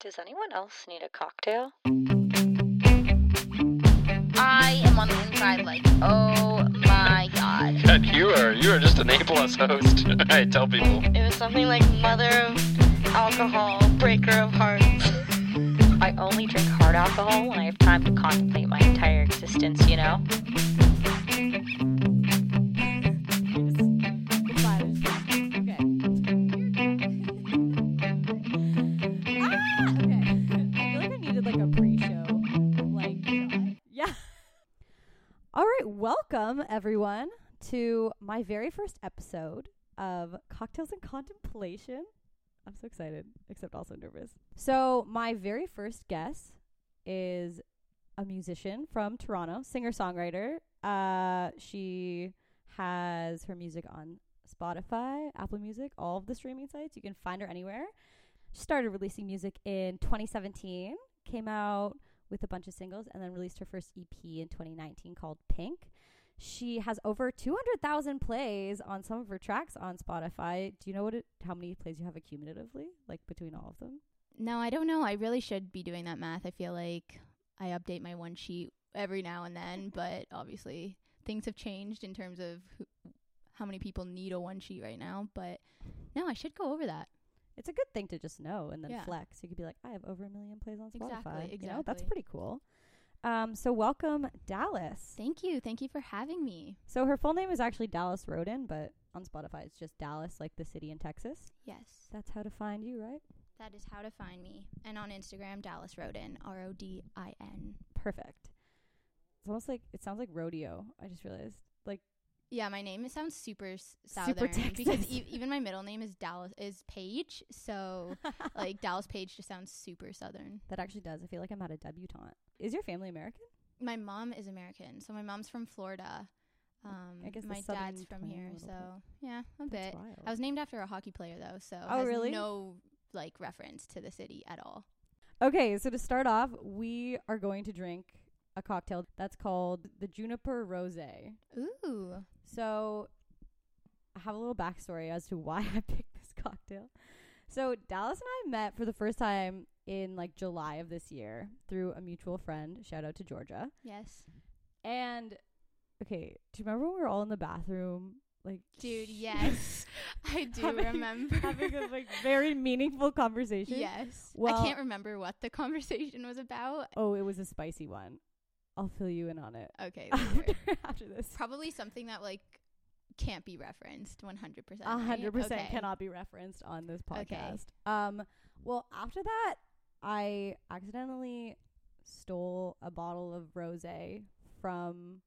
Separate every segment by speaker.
Speaker 1: Does anyone else need a cocktail?
Speaker 2: I am on the inside like, oh my god.
Speaker 3: God, you are you are just an A plus host. I tell people.
Speaker 4: It was something like mother of alcohol, breaker of hearts.
Speaker 1: I only drink hard alcohol when I have time to contemplate my entire existence, you know?
Speaker 5: Yeah. All right, welcome everyone to my very first episode of Cocktails and Contemplation. I'm so excited, except also nervous. So, my very first guest is a musician from Toronto, singer-songwriter. Uh, she has her music on Spotify, Apple Music, all of the streaming sites. You can find her anywhere. She started releasing music in 2017, came out with a bunch of singles and then released her first EP in 2019 called Pink. She has over 200,000 plays on some of her tracks on Spotify. Do you know what it, how many plays you have accumulatively like between all of them?
Speaker 2: No, I don't know. I really should be doing that math. I feel like I update my one sheet every now and then, but obviously things have changed in terms of who, how many people need a one sheet right now. But no, I should go over that.
Speaker 5: It's a good thing to just know and then
Speaker 2: Yeah.
Speaker 5: flex. You could be like, I have over a million plays on Spotify.
Speaker 2: Exactly,
Speaker 5: You know, that's
Speaker 2: exactly.
Speaker 5: pretty cool. Um, so welcome Dallas.
Speaker 2: Thank you. Thank you for having me.
Speaker 5: So her full name is actually Dallas Roden, but on Spotify it's just Dallas, like the city in Texas.
Speaker 2: Yes.
Speaker 5: That's how to find you, right?
Speaker 2: That is how to find me. And on Instagram, Dallas Rodin, R O D I N.
Speaker 5: Perfect. It's almost like it sounds like rodeo. I just realized.
Speaker 2: Yeah, my name sounds super s- southern
Speaker 5: Super
Speaker 2: because
Speaker 5: Texas.
Speaker 2: e- even my middle name is Dallas is Page, so
Speaker 5: Oh,
Speaker 2: like Dallas Page just sounds super southern.
Speaker 5: That actually does. I feel like I'm at a debutante. Is your family American?
Speaker 2: My mom is American, so my mom's from Florida. Um,
Speaker 5: I guess the
Speaker 2: my
Speaker 5: southern
Speaker 2: dad's from
Speaker 5: twang a
Speaker 2: here,
Speaker 5: little
Speaker 2: so
Speaker 5: bit.
Speaker 2: yeah, a
Speaker 5: That's
Speaker 2: bit.
Speaker 5: wild.
Speaker 2: I was named after a hockey player though, so
Speaker 5: Oh,
Speaker 2: has
Speaker 5: really?
Speaker 2: no like reference to the city at all.
Speaker 5: okay, so to start off, we are going to drink a cocktail that's called the Juniper Rose.
Speaker 2: Ooh,
Speaker 5: So I have a little backstory as to why I picked this cocktail. So Dallas and I met for the first time in like July of this year through a mutual friend. Shout out to Georgia.
Speaker 2: yes,
Speaker 5: And okay, do you remember when we were all in the bathroom? Like
Speaker 2: dude, yes, I do
Speaker 5: Having-
Speaker 2: remember
Speaker 5: having a like very meaningful conversation.
Speaker 2: yes.
Speaker 5: Well-
Speaker 2: I can't remember what the conversation was about.
Speaker 5: Oh, it was a spicy one. I'll fill you in on it
Speaker 2: Okay, don't worry.
Speaker 5: after, after this.
Speaker 2: probably something that like can't be referenced 100%.
Speaker 5: A hundred percent
Speaker 2: Okay.
Speaker 5: cannot be referenced on this podcast.
Speaker 2: Okay.
Speaker 5: Um, well, after that, I accidentally stole a bottle of rosé from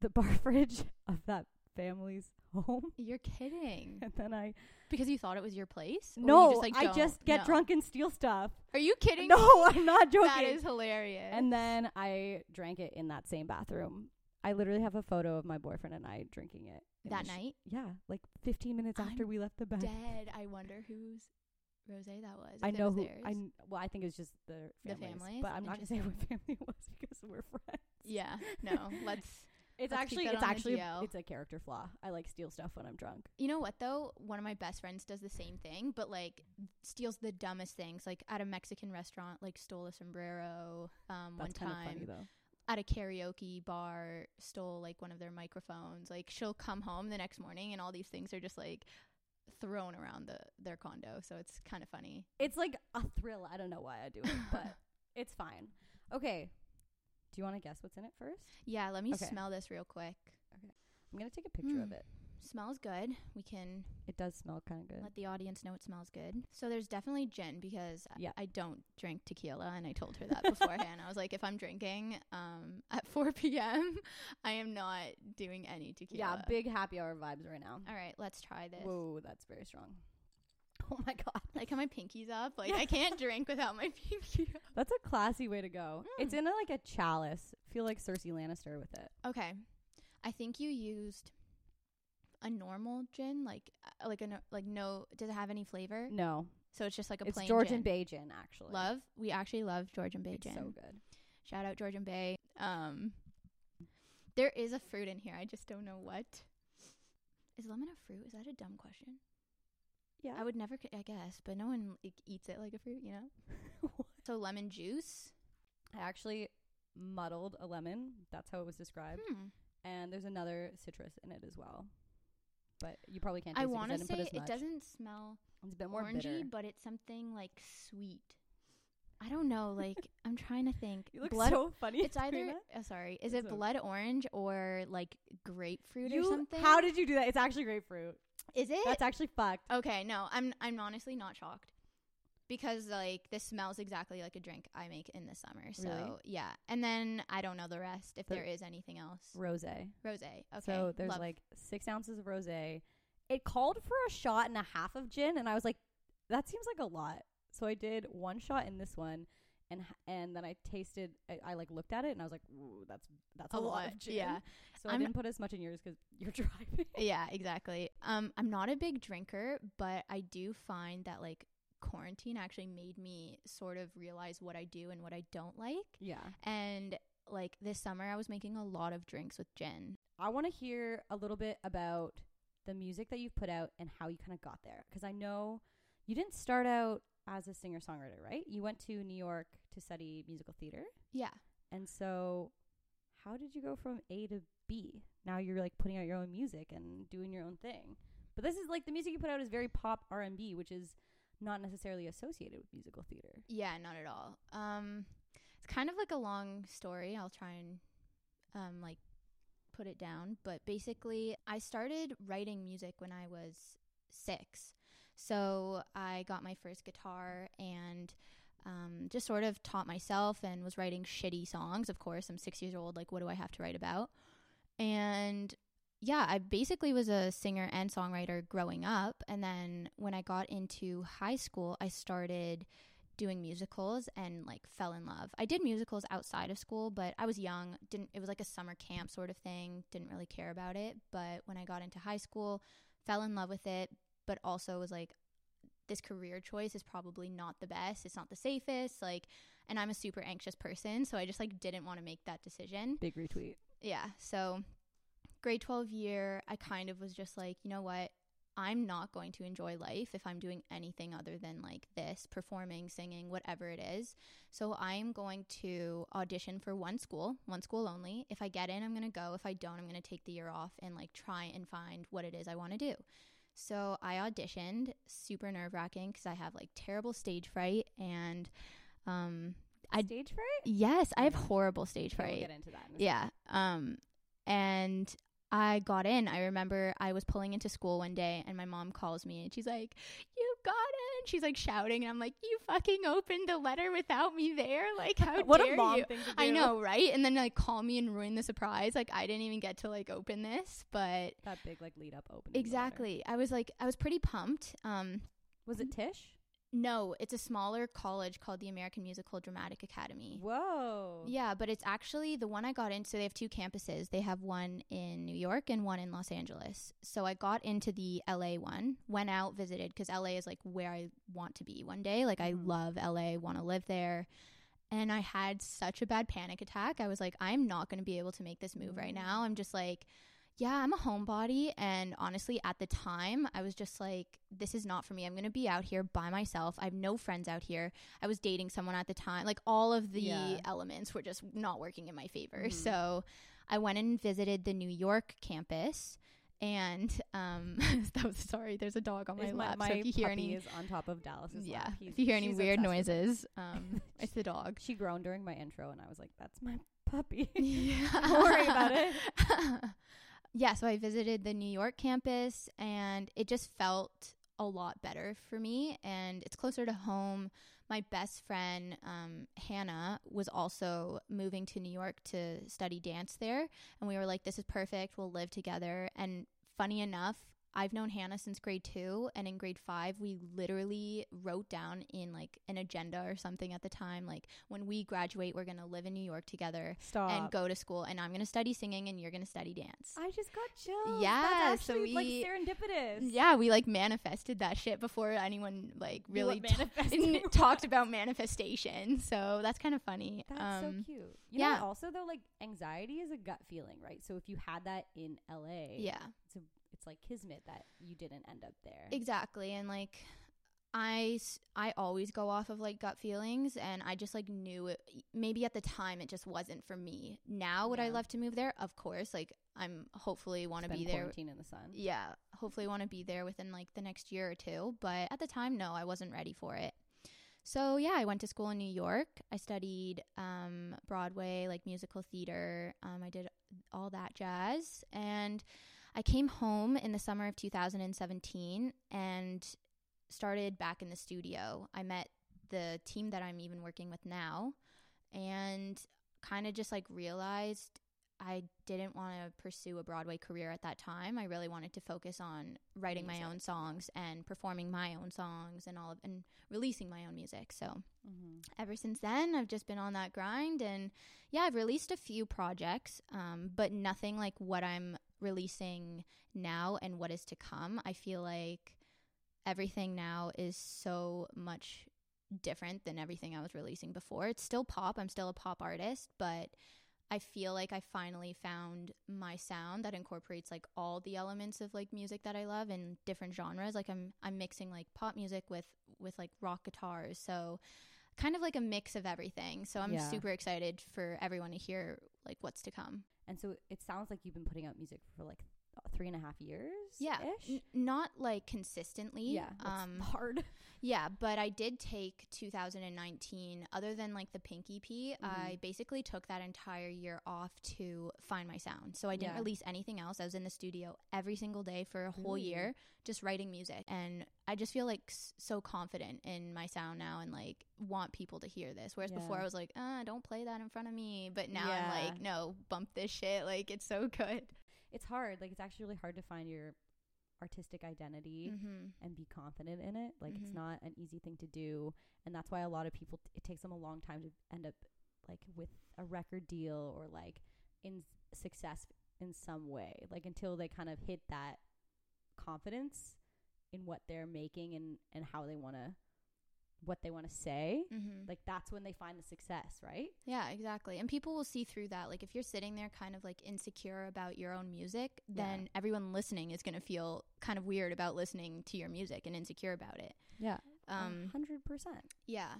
Speaker 5: the bar fridge of that family's home,
Speaker 2: You're kidding.
Speaker 5: and then I
Speaker 2: Because you thought it was your place? Or you
Speaker 5: no,
Speaker 2: just, like,
Speaker 5: I
Speaker 2: don't
Speaker 5: just get
Speaker 2: know?
Speaker 5: drunk and steal stuff.
Speaker 2: Are you kidding? me?
Speaker 5: No, I'm not joking.
Speaker 2: That is hilarious.
Speaker 5: and then I drank it in that same bathroom. I literally have a photo of my boyfriend and I drinking it in
Speaker 2: that
Speaker 5: the sh-
Speaker 2: night,
Speaker 5: Yeah, like 15 minutes after
Speaker 2: I'm
Speaker 5: we left the bathroom.
Speaker 2: dead. I wonder whose rose that was. if
Speaker 5: Uh-huh. I
Speaker 2: it
Speaker 5: know
Speaker 2: was
Speaker 5: who.
Speaker 2: theirs.
Speaker 5: I kn- well, I think it's just the
Speaker 2: The
Speaker 5: families,
Speaker 2: families?
Speaker 5: but I'm not gonna say what family it was because we're friends.
Speaker 2: Yeah, no. Let's.
Speaker 5: It's
Speaker 2: Let's keep
Speaker 5: actually,
Speaker 2: that
Speaker 5: it's
Speaker 2: on the
Speaker 5: actually,
Speaker 2: DL.
Speaker 5: it's a character flaw. I like steal stuff when I'm drunk.
Speaker 2: You know what though? One of my best friends does the same thing, but like steals the dumbest things. Like at a Mexican restaurant, like stole a sombrero. Um, one
Speaker 5: That's kind of
Speaker 2: time,
Speaker 5: funny though.
Speaker 2: at a karaoke bar stole like one of their microphones like she'll come home the next morning and all these things are just like thrown around the their condo so it's kind of funny
Speaker 5: It's like a thrill. I don't know why I do it, but it's fine. Okay, do you want to guess what's in it first?
Speaker 2: yeah let me
Speaker 5: Okay.
Speaker 2: smell this real quick
Speaker 5: I'm gonna take a picture of
Speaker 2: Mm.
Speaker 5: it.
Speaker 2: smells good we can
Speaker 5: It does smell kind of good.
Speaker 2: let the audience know it smells good so there's definitely gin because I-
Speaker 5: Yeah.
Speaker 2: I, don't drink tequila and i told her that beforehand i was like if i'm drinking um at 4 p.m i am not doing any
Speaker 5: yeah,
Speaker 2: tequila
Speaker 5: big happy hour vibes right now.
Speaker 2: all right let's try this
Speaker 5: Whoa, that's very strong. Oh my god,
Speaker 2: like how my pinky's up like i can't drink without my pinky up
Speaker 5: that's a classy way to go. It's
Speaker 2: Mm.
Speaker 5: in a, like a chalice. Feel like Cersei Lannister with it.
Speaker 2: Okay. I think you used a normal gin, like uh, like a no, like no does it have any flavor?
Speaker 5: No,
Speaker 2: So it's just like a
Speaker 5: it's
Speaker 2: plain
Speaker 5: Georgian
Speaker 2: gin.
Speaker 5: Bay gin, actually.
Speaker 2: Love. We actually love Georgian Bay
Speaker 5: It's
Speaker 2: gin.
Speaker 5: so good.
Speaker 2: Shout out Georgian Bay. Um There is a fruit in here. I just don't know what. Is lemon a fruit? Is that a dumb question?
Speaker 5: Yeah.
Speaker 2: I would never, c- I guess, but no one like, eats it like a fruit, you know? so lemon juice.
Speaker 5: I actually muddled a lemon. That's how it was described.
Speaker 2: Hmm.
Speaker 5: And there's another citrus in it as well. But you probably can't. Taste
Speaker 2: I
Speaker 5: it 'cause
Speaker 2: want to
Speaker 5: didn't put
Speaker 2: say
Speaker 5: as
Speaker 2: it
Speaker 5: much.
Speaker 2: doesn't smell
Speaker 5: It's a bit more
Speaker 2: orangey,
Speaker 5: bitter.
Speaker 2: but it's something like sweet. I don't know. Like I'm trying to think.
Speaker 5: You look
Speaker 2: blood.
Speaker 5: so funny.
Speaker 2: it's
Speaker 5: doing
Speaker 2: either.
Speaker 5: that.
Speaker 2: Oh, sorry. Is
Speaker 5: It's
Speaker 2: it
Speaker 5: okay.
Speaker 2: blood orange or like grapefruit
Speaker 5: You-
Speaker 2: or something?
Speaker 5: How did you do that? It's actually grapefruit.
Speaker 2: is it?
Speaker 5: That's actually fucked.
Speaker 2: okay. No, I'm. I'm honestly not shocked because like this smells exactly like a drink I make in the summer. So yeah. And then I don't know the rest if
Speaker 5: The-
Speaker 2: there is anything else.
Speaker 5: Rose.
Speaker 2: Rose. Okay.
Speaker 5: So there's
Speaker 2: love.
Speaker 5: like six ounces of rose. It called for a shot and a half of gin, and I was like, that seems like a lot. So I did one shot in this one, and h- and then I tasted. I, I like looked at it, and I was like, ooh, that's that's a, lot. of gin.
Speaker 2: Yeah.
Speaker 5: So I
Speaker 2: I'm-
Speaker 5: didn't put as much in yours because you're driving.
Speaker 2: Yeah, exactly. Um, I'm not a big drinker, but I do find that like quarantine actually made me sort of realize what I do and what I don't like.
Speaker 5: yeah.
Speaker 2: And like this summer, I was making a lot of drinks with gin.
Speaker 5: I want to hear a little bit about the music that you've put out and how you kind of got there. Because I know you didn't start out as a singer songwriter, right? You went to New York to study musical theater.
Speaker 2: Yeah.
Speaker 5: And so, how did you go from A to B? Now you're like putting out your own music and doing your own thing. But this is like the music you put out is very pop R and B, which is not necessarily associated with musical theater.
Speaker 2: Yeah, not at all. Um, it's kind of like a long story. I'll try and um, like put it down. But basically, I started writing music when I was six. So I got my first guitar and um, just sort of taught myself and was writing shitty songs. Of course, I'm six years old. Like, what do I have to write about? And yeah, I basically was a singer and songwriter growing up. And then when I got into high school, I started doing musicals and like fell in love. I did musicals outside of school, but I was young, didn't it was like a summer camp sort of thing, didn't really care about it, but when I got into high school, fell in love with it, but also was like this career choice is probably not the best. It's not the safest, like and I'm a super anxious person, so I just like didn't want to make that decision.
Speaker 5: Big retweet.
Speaker 2: Yeah. So, grade 12 year, I kind of was just like, you know what? I'm not going to enjoy life if I'm doing anything other than like this, performing, singing, whatever it is. So, I'm going to audition for one school, one school only. If I get in, I'm going to go. If I don't, I'm going to take the year off and like try and find what it is I want to do. So, I auditioned, super nerve wracking because I have like terrible stage fright and, um, I-
Speaker 5: Stage fright.
Speaker 2: yes, I have horrible stage
Speaker 5: Okay,
Speaker 2: fright.
Speaker 5: we'll get into that. in a second.
Speaker 2: Yeah. Um and I got in. I remember I was pulling into school one day and my mom calls me and she's like, "You got in." She's like shouting and I'm like, "You fucking opened the letter without me there? Like how
Speaker 5: What
Speaker 2: dare
Speaker 5: a mom
Speaker 2: you?"
Speaker 5: thing to do.
Speaker 2: I know, right? And then like call me and ruin the surprise. Like I didn't even get to like open this, but
Speaker 5: That big like lead up opening. letter.
Speaker 2: exactly. I was like I was pretty pumped. Um
Speaker 5: Was it Tish?
Speaker 2: no, it's a smaller college called the American Musical Dramatic Academy.
Speaker 5: Whoa.
Speaker 2: Yeah, but it's actually the one I got in. So they have two campuses. They have one in New York and one in Los Angeles. So I got into the LA one, went out, visited because LA is like where I want to be one day. Like
Speaker 5: Mhm.
Speaker 2: I love LA, want to live there. And I had such a bad panic attack. I was like, I'm not going to be able to make this move right now. I'm just like, yeah, I'm a homebody. And honestly, at the time, I was just like, this is not for me. I'm going to be out here by myself. I have no friends out here. I was dating someone at the time. Like, all of the
Speaker 5: Yeah.
Speaker 2: elements were just not working in my favor.
Speaker 5: Mhm.
Speaker 2: So I went and visited the New York campus. And um, that was, sorry, there's a dog on my
Speaker 5: Is my,
Speaker 2: lap.
Speaker 5: my
Speaker 2: so if you hear
Speaker 5: puppy
Speaker 2: any,
Speaker 5: is on top of Dallas's
Speaker 2: yeah,
Speaker 5: lap.
Speaker 2: if
Speaker 5: He's-
Speaker 2: you hear any
Speaker 5: she's
Speaker 2: weird
Speaker 5: obsessed with him.
Speaker 2: noises, um, it's the dog.
Speaker 5: She groaned during my intro, and I was like, "That's my puppy."
Speaker 2: Yeah.
Speaker 5: Don't worry about it.
Speaker 2: yeah, so I visited the New York campus and it just felt a lot better for me and it's closer to home. My best friend, um, Hannah, was also moving to New York to study dance there. And we were like, this is perfect. We'll live together. And funny enough, I've known Hannah since grade two. And in grade five, we literally wrote down in like an agenda or something at the time, like, when we graduate, we're going to live in New York together
Speaker 5: Stop.
Speaker 2: and go to school and I'm going to study singing and you're going to study dance.
Speaker 5: I just got chills.
Speaker 2: Yeah,
Speaker 5: That's
Speaker 2: so
Speaker 5: actually like
Speaker 2: we-
Speaker 5: serendipitous.
Speaker 2: yeah, we like manifested that shit before anyone like
Speaker 5: You know
Speaker 2: really
Speaker 5: what
Speaker 2: t-
Speaker 5: manifesting was.
Speaker 2: talked about manifestation. So that's kind of funny. um,
Speaker 5: That's so cute. You know,
Speaker 2: yeah.
Speaker 5: what also though, like anxiety is a gut feeling, right? So if you had that in LA,
Speaker 2: Yeah.
Speaker 5: it's a it's like kismet that you didn't end up there.
Speaker 2: Exactly. And like I s- I always go off of like gut feelings and I just like knew it maybe at the time it just wasn't for me. Now would I
Speaker 5: Yeah.
Speaker 2: love to move there? Of course. Like I'm hopefully want to
Speaker 5: Spend
Speaker 2: be there.
Speaker 5: quarantine in the sun.
Speaker 2: Yeah, hopefully want to be there within like the next year or two, but at the time no, I wasn't ready for it. So yeah, I went to school in New York. I studied um Broadway, like musical theater. Um I did all that jazz and I came home in the summer of 2017 and started back in the studio. I met the team that I'm even working with now and kind of just like realized I didn't want to pursue a Broadway career at that time. I really wanted to focus on writing my
Speaker 5: Music.
Speaker 2: own songs and performing my own songs and all of and releasing my own music. So
Speaker 5: Mhm.
Speaker 2: ever since then i've just been on that grind and yeah i've released a few projects um, but nothing like what i'm releasing now and what is to come i feel like everything now is so much different than everything i was releasing before it's still pop i'm still a pop artist but i feel like i finally found my sound that incorporates like all the elements of like music that i love and different genres like i'm i'm mixing like pop music with with like rock guitars so kind of like a mix of everything. So I'm
Speaker 5: Yeah.
Speaker 2: super excited for everyone to hear like what's to come.
Speaker 5: And so it sounds like you've been putting out music for like three and a half years.
Speaker 2: Yeah.
Speaker 5: Ish?
Speaker 2: N- not like consistently.
Speaker 5: Yeah. that's
Speaker 2: Um
Speaker 5: hard.
Speaker 2: yeah, but I did take 2019 other than like the pinky pee,
Speaker 5: Mhm.
Speaker 2: I basically took that entire year off to find my sound. So I didn't
Speaker 5: Yeah.
Speaker 2: release anything else. I was in the studio every single day for a whole
Speaker 5: Really?
Speaker 2: year just writing music and I just feel like s- so confident in my sound now and like want people to hear this. Whereas before
Speaker 5: Yeah.
Speaker 2: I was like, uh, don't play that in front of me. But now
Speaker 5: Yeah.
Speaker 2: I'm like, no, bump this shit. Like it's so good.
Speaker 5: It's hard. Like it's actually really hard to find your artistic identity.
Speaker 2: Mm-hmm.
Speaker 5: and be confident in it. Like it's
Speaker 2: Mhm.
Speaker 5: not an easy thing to do, and that's why a lot of people it takes them a long time to end up like with a record deal or like in s- success in some way. Like until they kind of hit that confidence in what they're making and and how they want to what they want to say.
Speaker 2: Mm-hmm.
Speaker 5: Like that's when they find the success, right?
Speaker 2: Yeah, exactly. And people will see through that. Like if you're sitting there kind of like insecure about your own music,
Speaker 5: Yeah.
Speaker 2: then everyone listening is going to feel kind of weird about listening to your music and insecure about it.
Speaker 5: Yeah.
Speaker 2: Um
Speaker 5: hundred percent.
Speaker 2: yeah.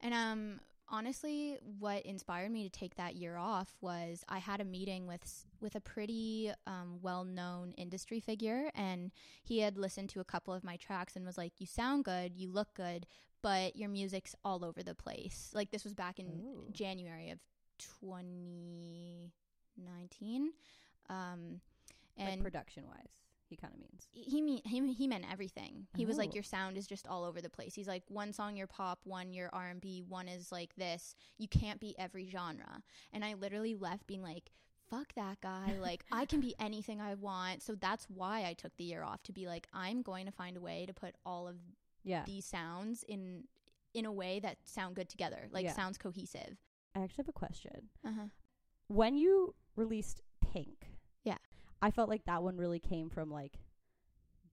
Speaker 2: And um honestly, what inspired me to take that year off was I had a meeting with s- with a pretty um well-known industry figure and he had listened to a couple of my tracks and was like, "You sound good, you look good, but your music's all over the place." Like this was back in
Speaker 5: Ooh.
Speaker 2: January of 2019. Um
Speaker 5: Like
Speaker 2: and
Speaker 5: production wise, he kind of means.
Speaker 2: he mean he, he meant everything. He was
Speaker 5: Oh.
Speaker 2: like, your sound is just all over the place. He's like, one song you're pop, one you're R and B, one is like this. You can't be every genre. And I literally left being like, fuck that guy. Like I can be anything I want. So that's why I took the year off to be like, I'm going to find a way to put all of
Speaker 5: Yeah.
Speaker 2: these sounds in in a way that sound good together, like
Speaker 5: Yeah.
Speaker 2: sounds cohesive.
Speaker 5: I actually have a question.
Speaker 2: Uh-huh.
Speaker 5: when you released Pink,
Speaker 2: Yeah.
Speaker 5: I felt like that one really came from like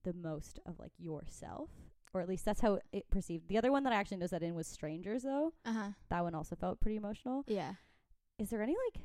Speaker 5: the most of like yourself, or at least that's how it perceived. The other one that I actually noticed that in was Strangers, though.
Speaker 2: Uh huh.
Speaker 5: That one also felt pretty emotional.
Speaker 2: Yeah.
Speaker 5: Is there any like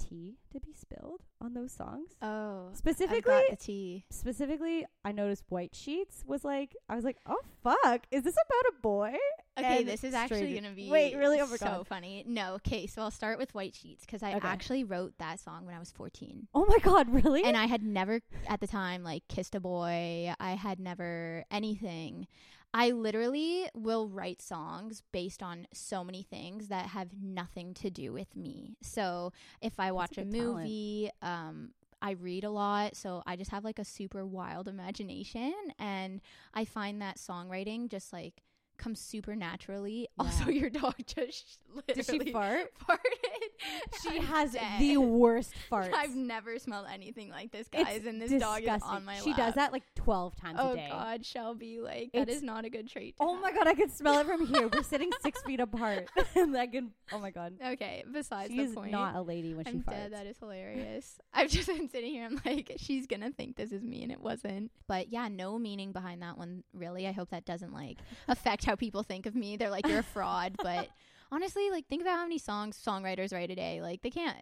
Speaker 5: tea to be spilled on those songs?
Speaker 2: Oh.
Speaker 5: specifically,
Speaker 2: I got the tea.
Speaker 5: specifically, I noticed White Sheets was like, I was like, oh fuck, is this about a boy?
Speaker 2: Okay,
Speaker 5: and
Speaker 2: this is actually
Speaker 5: Stranger-
Speaker 2: going to be
Speaker 5: Wait, really? Oh my
Speaker 2: so
Speaker 5: God.
Speaker 2: funny. No, okay, so I'll start with White Sheets because I
Speaker 5: Okay.
Speaker 2: actually wrote that song when I was 14.
Speaker 5: Oh my god, really?
Speaker 2: And I had never at the time like kissed a boy. I had never anything. I literally will write songs based on so many things that have nothing to do with me. So, if I watch a,
Speaker 5: good talent.
Speaker 2: movie, um I read a lot, so I just have like a super wild imagination and I find that songwriting just like comes super naturally. Also,
Speaker 5: Yeah.
Speaker 2: your dog just
Speaker 5: Did
Speaker 2: literally
Speaker 5: she fart?
Speaker 2: farted.
Speaker 5: She
Speaker 2: I'm
Speaker 5: has
Speaker 2: dead.
Speaker 5: the worst farts.
Speaker 2: I've never smelled anything like this,
Speaker 5: It's
Speaker 2: guys, and this dog is
Speaker 5: disgusting.
Speaker 2: on my
Speaker 5: She does
Speaker 2: lap.
Speaker 5: that like 12 times
Speaker 2: Oh
Speaker 5: a day.
Speaker 2: God, Shelby, like that
Speaker 5: It's-
Speaker 2: is not a good trait. to
Speaker 5: Oh
Speaker 2: have.
Speaker 5: my God, I can smell it from here. We're sitting six feet apart. and I can, oh my God.
Speaker 2: Okay, besides
Speaker 5: She
Speaker 2: the
Speaker 5: is
Speaker 2: point,
Speaker 5: not a lady when
Speaker 2: I'm
Speaker 5: she farts.
Speaker 2: dead. That is hilarious. I've just been sitting here. I'm like, she's gonna think this is me, and it wasn't. But yeah, no meaning behind that one, really. I hope that doesn't like affect how people think of me. They're like, you're a fraud. but honestly, like, think about how many songs songwriters write a day. Like, they can't.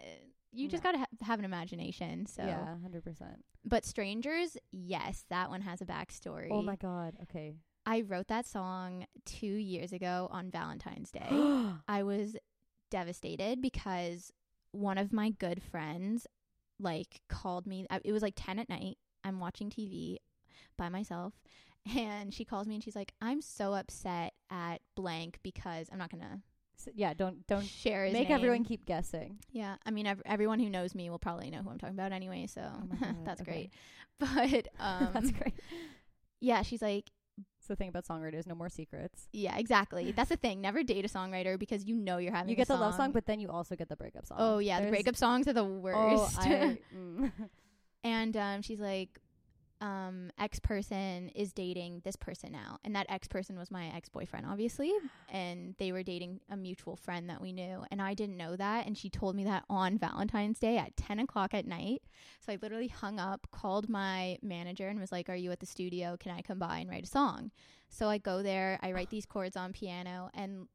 Speaker 2: you just
Speaker 5: No.
Speaker 2: gotta ha- have an imagination. So,
Speaker 5: yeah, hundred percent.
Speaker 2: but strangers, yes, that one has a backstory.
Speaker 5: Oh my god. Okay.
Speaker 2: I wrote that song two years ago on Valentine's Day. I was devastated because one of my good friends like called me. I- It was like 10 at night. I'm watching TV by myself and she calls me and she's like, "I'm so upset at blank because I'm not going to
Speaker 5: So- yeah. Don't don't
Speaker 2: share his
Speaker 5: make everyone
Speaker 2: name."
Speaker 5: keep guessing.
Speaker 2: Yeah, I mean ev- everyone who knows me will probably know who I'm talking about anyway, so
Speaker 5: Oh my God,
Speaker 2: that's
Speaker 5: okay.
Speaker 2: great. But um
Speaker 5: That's great.
Speaker 2: yeah, she's like,
Speaker 5: It's the thing about songwriters. No more secrets.
Speaker 2: yeah, exactly. That's the thing. Never date a songwriter because you know you're having
Speaker 5: You
Speaker 2: a
Speaker 5: get the love song, but then you also get the breakup song.
Speaker 2: Oh yeah, the
Speaker 5: There's-
Speaker 2: breakup songs are the
Speaker 5: Oh,
Speaker 2: worst.
Speaker 5: I, mm.
Speaker 2: and um, she's like, um, ex person is dating this person now, and that ex person was my ex boyfriend, obviously, and they were dating a mutual friend that we knew, and I didn't know that, and she told me that on Valentine's Day at ten o'clock at night. So I literally hung up, called my manager, and was like, "Are you at the studio? Can I come by and write a song?" So I go there, I write these chords on piano, and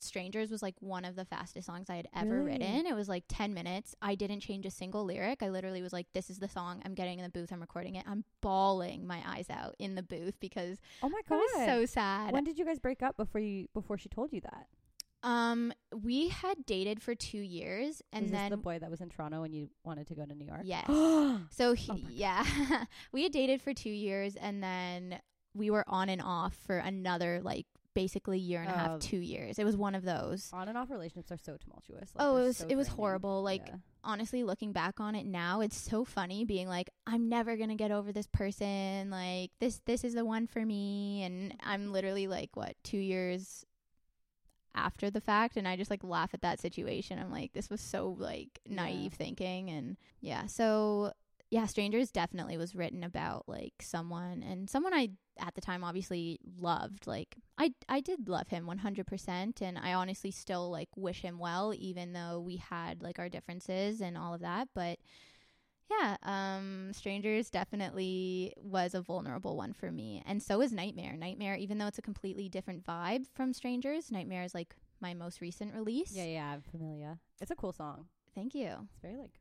Speaker 2: Strangers was like one of the fastest songs I had ever
Speaker 5: Really?
Speaker 2: written. It was like 10 minutes. I didn't change a single lyric. I literally was like, This is the song. I'm getting in the booth. I'm recording it. I'm bawling my eyes out in the booth because
Speaker 5: oh my
Speaker 2: I
Speaker 5: god.
Speaker 2: was so sad.
Speaker 5: when did you guys break up before you before she told you that?
Speaker 2: um, we had dated for two years and
Speaker 5: Is this
Speaker 2: then
Speaker 5: the boy that was in Toronto and you wanted to go to New York?
Speaker 2: Yes.
Speaker 5: oh
Speaker 2: So he,
Speaker 5: Oh my God.
Speaker 2: yeah, we had dated for two years, and then we were on and off for another like basically year and a
Speaker 5: Oh.
Speaker 2: half, two years. It was one of those.
Speaker 5: On and off relationships are so tumultuous. Like,
Speaker 2: Oh, it
Speaker 5: they're
Speaker 2: was
Speaker 5: so
Speaker 2: it was
Speaker 5: draining.
Speaker 2: horrible. Like
Speaker 5: Yeah.
Speaker 2: honestly, looking back on it now, it's so funny being like, I'm never gonna get over this person. Like this this is the one for me, and I'm literally like what two years after the fact and I just like laugh at that situation. I'm like this was so like
Speaker 5: Yeah.
Speaker 2: naive thinking and yeah. So yeah, Strangers definitely was written about like someone and someone I at the time obviously loved. Like I I did love him 100% and I honestly still like wish him well even though we had like our differences and all of that, but yeah, um Strangers definitely was a vulnerable one for me. And so is Nightmare. Nightmare even though it's a completely different vibe from Strangers, Nightmare is like my most recent release.
Speaker 5: Yeah, yeah, I'm familiar. It's a cool song.
Speaker 2: Thank you.
Speaker 5: It's very like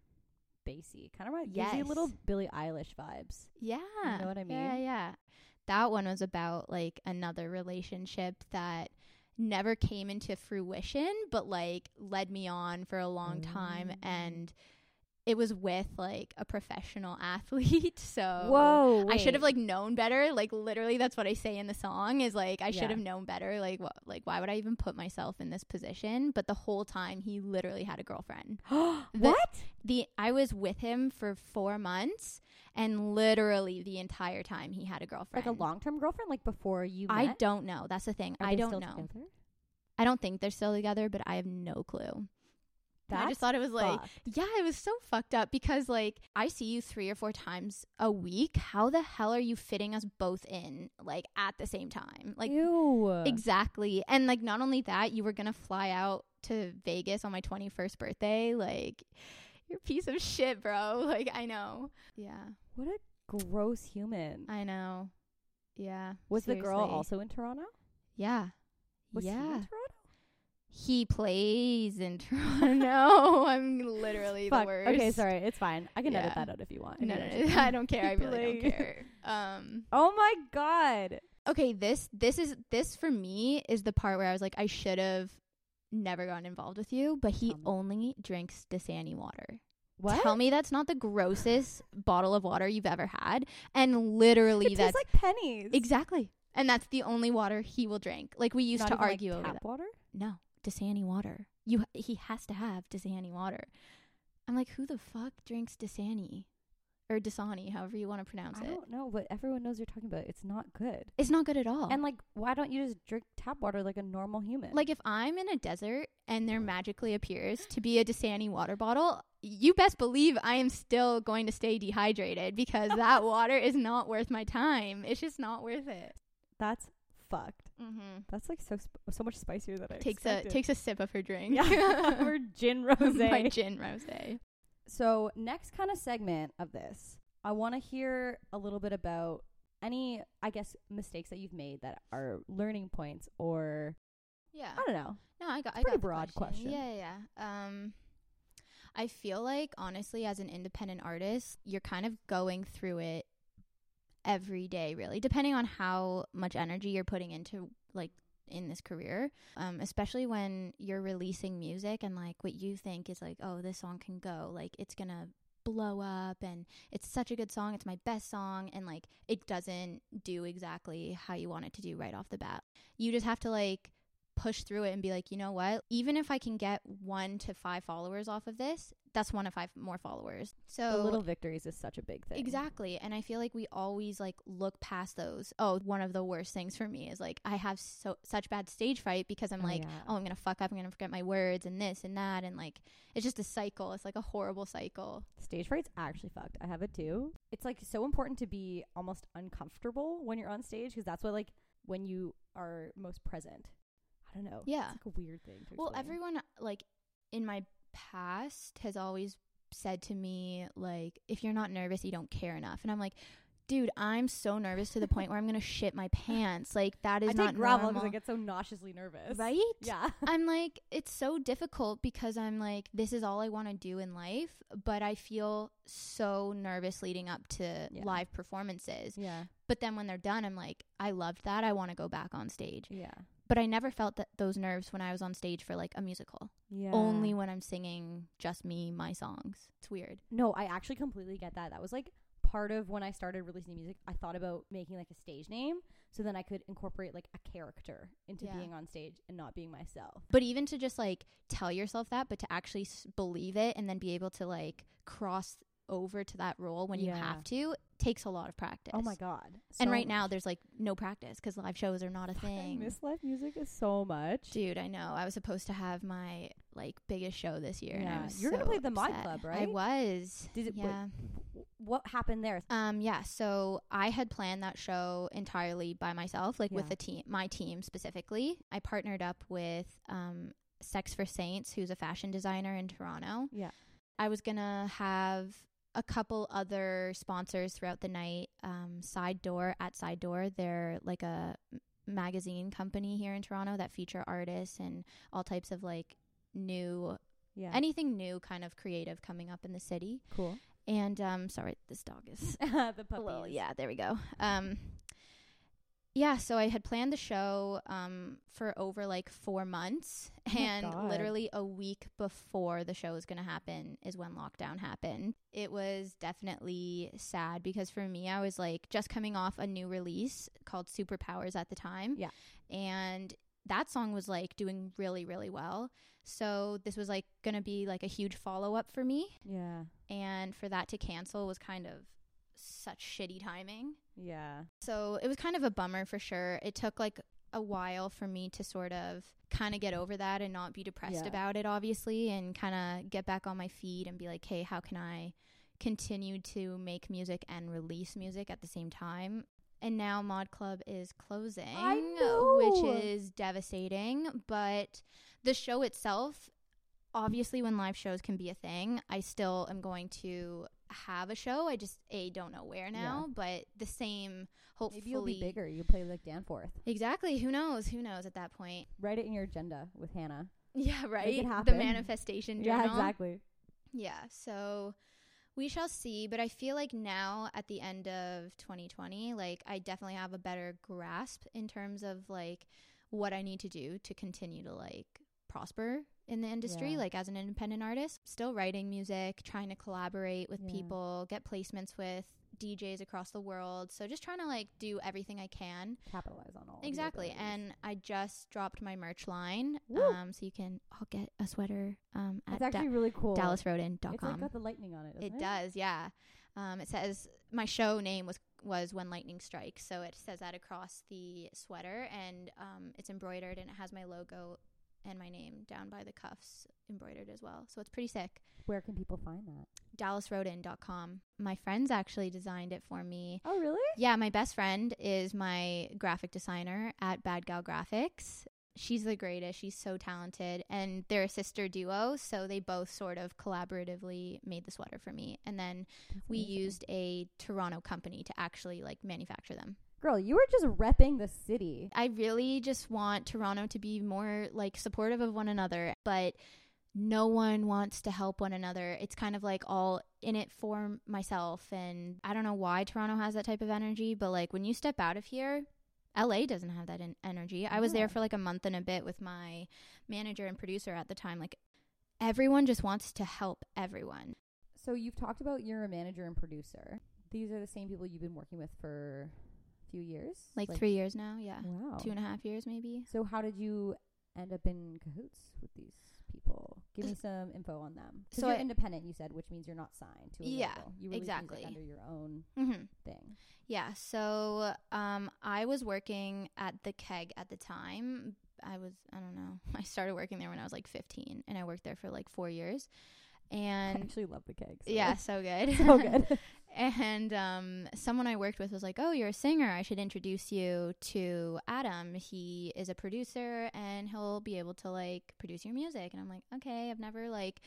Speaker 5: bassy, kind of like gives you little
Speaker 2: Yes.
Speaker 5: Billie Eilish vibes.
Speaker 2: Yeah.
Speaker 5: know what I
Speaker 2: Yeah,
Speaker 5: mean?
Speaker 2: yeah. That one was about like another relationship that never came into fruition, but like led me on for a long time.
Speaker 5: Mm.
Speaker 2: And it was with like a professional athlete. So.
Speaker 5: Whoa,
Speaker 2: Oh. I should have
Speaker 5: wait.
Speaker 2: like known better. Like literally, that's what I say in the song is like I
Speaker 5: Yeah.
Speaker 2: should have known better. Like what? Like why would I even put myself in this position? But the whole time he literally had a girlfriend the-
Speaker 5: what?
Speaker 2: the I was with him for four months, and literally the entire time he had a girlfriend.
Speaker 5: Like a long-term girlfriend, like before you met.
Speaker 2: I don't know. That's the thing.
Speaker 5: Are
Speaker 2: I
Speaker 5: they
Speaker 2: don't
Speaker 5: still
Speaker 2: know.
Speaker 5: Together?
Speaker 2: I don't think they're still together, but I have no clue. And I
Speaker 5: That's
Speaker 2: just thought it was like,
Speaker 5: fucked.
Speaker 2: yeah, it was so fucked up because like I see you three or four times a week. How the hell are you fitting us both in like at the same time? Like
Speaker 5: Ew.
Speaker 2: exactly. And like not only that, you were gonna fly out to Vegas on my twenty first birthday. Like you're a piece of shit, bro. Like I know. Yeah.
Speaker 5: What a gross human.
Speaker 2: I know. Yeah.
Speaker 5: was the girl
Speaker 2: seriously.
Speaker 5: also in Toronto?
Speaker 2: Yeah.
Speaker 5: Was he in
Speaker 2: yeah.
Speaker 5: Toronto?
Speaker 2: He plays in Toronto. I'm literally the
Speaker 5: Fuck.
Speaker 2: worst.
Speaker 5: Okay, sorry. It's fine. I can edit
Speaker 2: Yeah.
Speaker 5: that out if you want. if
Speaker 2: No,
Speaker 5: you
Speaker 2: no,
Speaker 5: want to.
Speaker 2: no. I don't care. I really don't
Speaker 5: Like-
Speaker 2: care. Um.
Speaker 5: Oh my god.
Speaker 2: Okay. This. This is. This for me is the part where I was like, I should have never gotten involved with you. But he
Speaker 5: Tell me.
Speaker 2: only drinks Dasani water.
Speaker 5: What?
Speaker 2: Tell me that's not the grossest bottle of water you've ever had. And literally,
Speaker 5: It
Speaker 2: that's
Speaker 5: tastes like pennies.
Speaker 2: exactly. And that's the only water he will drink. Like we used
Speaker 5: Not
Speaker 2: to
Speaker 5: even, like,
Speaker 2: argue over
Speaker 5: tap
Speaker 2: that.
Speaker 5: water.
Speaker 2: no Dasani water. You he has to have Dasani water. I'm like, who the fuck drinks Dasani or Dasani, however you want to pronounce
Speaker 5: I
Speaker 2: it?
Speaker 5: don't know, but everyone knows you're talking about. It's not good.
Speaker 2: It's not good at all.
Speaker 5: And like, why don't you just drink tap water like a normal human?
Speaker 2: Oh. like if I'm in a desert and there magically appears to be a Dasani water bottle, you best believe I am still going to stay dehydrated because that water is not worth my time. It's just not worth it.
Speaker 5: that's fucked.
Speaker 2: Mm-hmm.
Speaker 5: That's like so sp- so much spicier than I
Speaker 2: Takes a
Speaker 5: expected.
Speaker 2: takes a sip of her drink. Oh
Speaker 5: yeah, or gin rosé.
Speaker 2: My gin rosé.
Speaker 5: So, next kind of segment of this, I want to hear a little bit about any, I guess, mistakes that you've made that are learning points or
Speaker 2: Yeah.
Speaker 5: I don't know.
Speaker 2: No, I got. I
Speaker 5: pretty
Speaker 2: got the
Speaker 5: broad question.
Speaker 2: Yeah, yeah. yeah. Um, I feel like honestly as an independent artist, you're kind of going through it every day really, depending on how much energy you're putting into like in this career. Um especially when you're releasing music and like what you think is like, oh, this song can go, like it's going to blow up and it's such a good song, it's my best song and like it doesn't do exactly how you want it to do right off the bat. You just have to like push through it and be like, you know what? Even if I can get one to five followers off of this, that's one to five more followers. So
Speaker 5: the little victories is such a big thing.
Speaker 2: Exactly. And I feel like we always like look past those. Oh, one of the worst things for me is like I have so such bad stage fright because I'm
Speaker 5: Oh,
Speaker 2: like,
Speaker 5: yeah.
Speaker 2: oh, I'm going to fuck up. I'm going to forget my words and this and that and like it's just a cycle. It's like a horrible cycle.
Speaker 5: Stage fright's actually fucked. I have it too. It's like so important to be almost uncomfortable when you're on stage because that's what like when you are most present. I don't know.
Speaker 2: Yeah.
Speaker 5: It's like a weird thing to
Speaker 2: Well,
Speaker 5: explain.
Speaker 2: everyone like in my past has always said to me like if you're not nervous, you don't care enough. And I'm like, dude, I'm so nervous to the point where I'm going to shit my pants. Like that is
Speaker 5: I
Speaker 2: not
Speaker 5: take gravel
Speaker 2: normal.
Speaker 5: I get so nauseously nervous.
Speaker 2: right?
Speaker 5: Yeah.
Speaker 2: I'm like, it's so difficult because I'm like, this is all I want to do in life, but I feel so nervous leading up to
Speaker 5: Yeah.
Speaker 2: live performances.
Speaker 5: Yeah.
Speaker 2: But then when they're done, I'm like, I loved that. I want to go back on stage.
Speaker 5: Yeah.
Speaker 2: But I never felt that those nerves when I was on stage for like a musical.
Speaker 5: Yeah.
Speaker 2: Only when I'm singing just me, my songs. It's weird.
Speaker 5: No, I actually completely get that. That was like part of when I started releasing music. I thought about making like a stage name so then I could incorporate like a character into
Speaker 2: Yeah.
Speaker 5: being on stage and not being myself.
Speaker 2: But even to just like tell yourself that, but to actually s- believe it and then be able to like cross over to that role when you
Speaker 5: Yeah.
Speaker 2: have to takes a lot of practice.
Speaker 5: Oh my god. So
Speaker 2: and right now,
Speaker 5: much.
Speaker 2: there's like no practice 'cause live shows are not a
Speaker 5: I
Speaker 2: thing.
Speaker 5: miss live music is so much.
Speaker 2: Dude, I know. I was supposed to have my like biggest show this year. And
Speaker 5: Yeah.
Speaker 2: I was
Speaker 5: You're gonna
Speaker 2: so
Speaker 5: play the Mod
Speaker 2: upset.
Speaker 5: Club,
Speaker 2: I
Speaker 5: right?
Speaker 2: was.
Speaker 5: Did it- wait.
Speaker 2: yeah.
Speaker 5: W- What happened there?
Speaker 2: Um, yeah, so I had planned that show entirely by myself, like with
Speaker 5: Yeah.
Speaker 2: the team, my team specifically. I partnered up with um, Sex for Saints, who's a fashion designer in Toronto.
Speaker 5: Yeah.
Speaker 2: I was gonna have a couple other sponsors throughout the night. Um, Side Door at Side Door, they're like a m- magazine company here in Toronto that feature artists and all types of like new
Speaker 5: Yeah.
Speaker 2: anything new kind of creative coming up in the city.
Speaker 5: cool.
Speaker 2: And um, sorry, this dog is
Speaker 5: the
Speaker 2: a
Speaker 5: puppies.
Speaker 2: little- yeah, there we go. Um, yeah, so I had planned the show um, for over like four months,
Speaker 5: Oh my
Speaker 2: and
Speaker 5: God.
Speaker 2: literally a week before the show was going to happen is when lockdown happened. It was definitely sad because for me, I was like just coming off a new release called Superpowers at the time,
Speaker 5: Yeah.
Speaker 2: and that song was like doing really, really well. So this was like going to be like a huge follow up for me,
Speaker 5: Yeah.
Speaker 2: and for that to cancel was kind of such shitty timing.
Speaker 5: Yeah.
Speaker 2: So it was kind of a bummer for sure. It took like a while for me to sort of kind of get over that and not be depressed
Speaker 5: Yeah.
Speaker 2: about it, obviously, and kind of get back on my feet and be like, hey, how can I continue to make music and release music at the same time? And now Mod Club is closing,
Speaker 5: know.
Speaker 2: which is devastating. But the show itself, obviously, when live shows can be a thing, I still am going to have a show. I just, A, don't know where now, but the same, hopefully.
Speaker 5: Maybe you'll be bigger. You play like Danforth.
Speaker 2: Exactly. Who knows? Who knows at that point?
Speaker 5: Write it in your agenda with Hannah.
Speaker 2: Yeah, right. The
Speaker 5: happen.
Speaker 2: manifestation journal.
Speaker 5: Yeah, exactly.
Speaker 2: Yeah. So we shall see. But I feel like now at the end of 2020, like I definitely have a better grasp in terms of like what I need to do to continue to like prosper in the industry,
Speaker 5: Yeah.
Speaker 2: like as an independent artist. Still writing music, trying to collaborate with
Speaker 5: Yeah.
Speaker 2: people, get placements with DJs across the world. So just trying to like do everything I can
Speaker 5: Capitalize on all. of your
Speaker 2: Exactly.
Speaker 5: abilities.
Speaker 2: And I just dropped my merch line.
Speaker 5: Woo.
Speaker 2: Um, so you can I'll get a sweater um,
Speaker 5: it's
Speaker 2: at da-
Speaker 5: actually really cool.
Speaker 2: DallasRoden.com.
Speaker 5: It's like got the lightning on it.
Speaker 2: it
Speaker 5: doesn't
Speaker 2: does, yeah. Um, it says my show name was was When Lightning Strikes. So it says that across the sweater and um, it's embroidered and it has my logo and my name down by the cuffs embroidered as well. So it's pretty sick.
Speaker 5: Where can people find that?
Speaker 2: DallasRoden.com. My friends actually designed it for me.
Speaker 5: Oh, really?
Speaker 2: Yeah, my best friend is my graphic designer at Bad Gal Graphics. She's the greatest. She's so talented. And they're a sister duo. So they both sort of collaboratively made the sweater for me. And then we used a Toronto company to actually like manufacture them.
Speaker 5: Girl, you were just repping the city.
Speaker 2: I really just want Toronto to be more like supportive of one another, but no one wants to help one another. It's kind of like all in it for myself. And I don't know why Toronto has that type of energy, but like when you step out of here, LA doesn't have that en- energy. I was
Speaker 5: No.
Speaker 2: there for like a month and a bit with my manager and producer at the time. Like everyone just wants to help everyone.
Speaker 5: So you've talked about you're a manager and producer. These are the same people you've been working with for a few years,
Speaker 2: Like, three years now. Yeah.
Speaker 5: Wow.
Speaker 2: Two and a half years maybe.
Speaker 5: So how did you end up in cahoots with these people? Give me some info on them. So
Speaker 2: So
Speaker 5: you're
Speaker 2: I-
Speaker 5: independent, you said, which means you're not signed to a
Speaker 2: Yeah,
Speaker 5: label. You release music
Speaker 2: exactly.
Speaker 5: under your own
Speaker 2: Mm-hmm.
Speaker 5: thing.
Speaker 2: Yeah, so um, I was working at the keg at the time. I was, I don't know, I started working there when I was like 15 and I worked there for like four years.
Speaker 5: I
Speaker 2: And
Speaker 5: actually love the kegs.
Speaker 2: yeah, so good.
Speaker 5: so good.
Speaker 2: and um, someone I worked with was like, Oh, you're a singer. I should introduce you to Adam. He is a producer and he'll be able to like produce your music. And I'm like, Okay, I've never like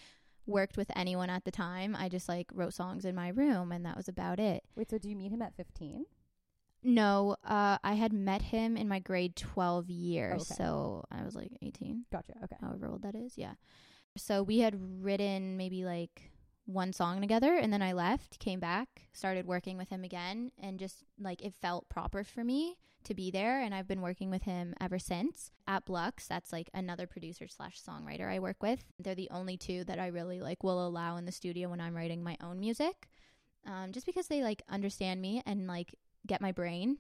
Speaker 2: worked with anyone at the time. I just like wrote songs in my room and that was about it.
Speaker 5: Wait, so do you meet him at 15?
Speaker 2: No, uh, I had met him in my grade 12 year.
Speaker 5: Okay.
Speaker 2: So I was like 18,
Speaker 5: Gotcha. Okay.
Speaker 2: however old that is. Yeah. So we had written maybe like one song together and then I left, came back, started working with him again. And just like it felt proper for me to be there. And I've been working with him ever since at Blux. That's like another producer slash songwriter I work with. They're the only two that I really like will allow in the studio when I'm writing my own music. Um, just because they like understand me and like get my brain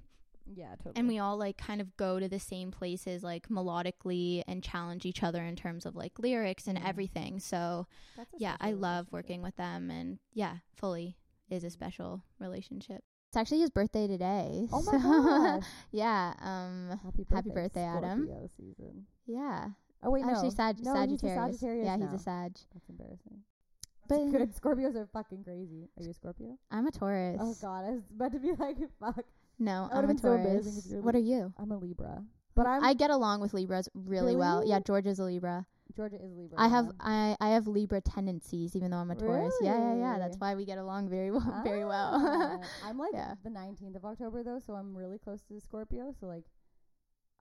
Speaker 5: Yeah, totally.
Speaker 2: and we all like kind of go to the same places like melodically and challenge each other in terms of like lyrics and
Speaker 5: Mhm.
Speaker 2: everything so
Speaker 5: That's a
Speaker 2: yeah i
Speaker 5: special
Speaker 2: love
Speaker 5: relationship.
Speaker 2: working with them and yeah fully is a special relationship it's actually his birthday today
Speaker 5: Oh my gosh.
Speaker 2: yeah um
Speaker 5: Happy birthday,
Speaker 2: Happy birthday, Adam.
Speaker 5: Scorpio season.
Speaker 2: yeah
Speaker 5: Oh wait,
Speaker 2: actually
Speaker 5: no.
Speaker 2: Sag-
Speaker 5: no,
Speaker 2: sagittarius
Speaker 5: He's a Sagittarius
Speaker 2: yeah he's
Speaker 5: now.
Speaker 2: a sag
Speaker 5: That's embarrassing.
Speaker 2: But-
Speaker 5: Good, Scorpios are fucking crazy. Are you a Scorpio?
Speaker 2: i'm a taurus
Speaker 5: Oh god, I was about to be like, fuck.
Speaker 2: no
Speaker 5: That
Speaker 2: i'm
Speaker 5: would've
Speaker 2: a
Speaker 5: been so embarrassing
Speaker 2: taurus
Speaker 5: if you were
Speaker 2: what are you
Speaker 5: I'm a Libra, but I'm
Speaker 2: i get along with libras really, well
Speaker 5: Really?
Speaker 2: yeah george is a libra
Speaker 5: Georgia is Libra.
Speaker 2: I have
Speaker 5: yeah.
Speaker 2: I, I have Libra tendencies, even though I'm a Taurus. Yeah, yeah, yeah. That's
Speaker 5: Really?
Speaker 2: why we get along very well, very well.
Speaker 5: Ah, I'm like
Speaker 2: Yeah.
Speaker 5: the 19th of October though, so I'm really close to Scorpio. So like,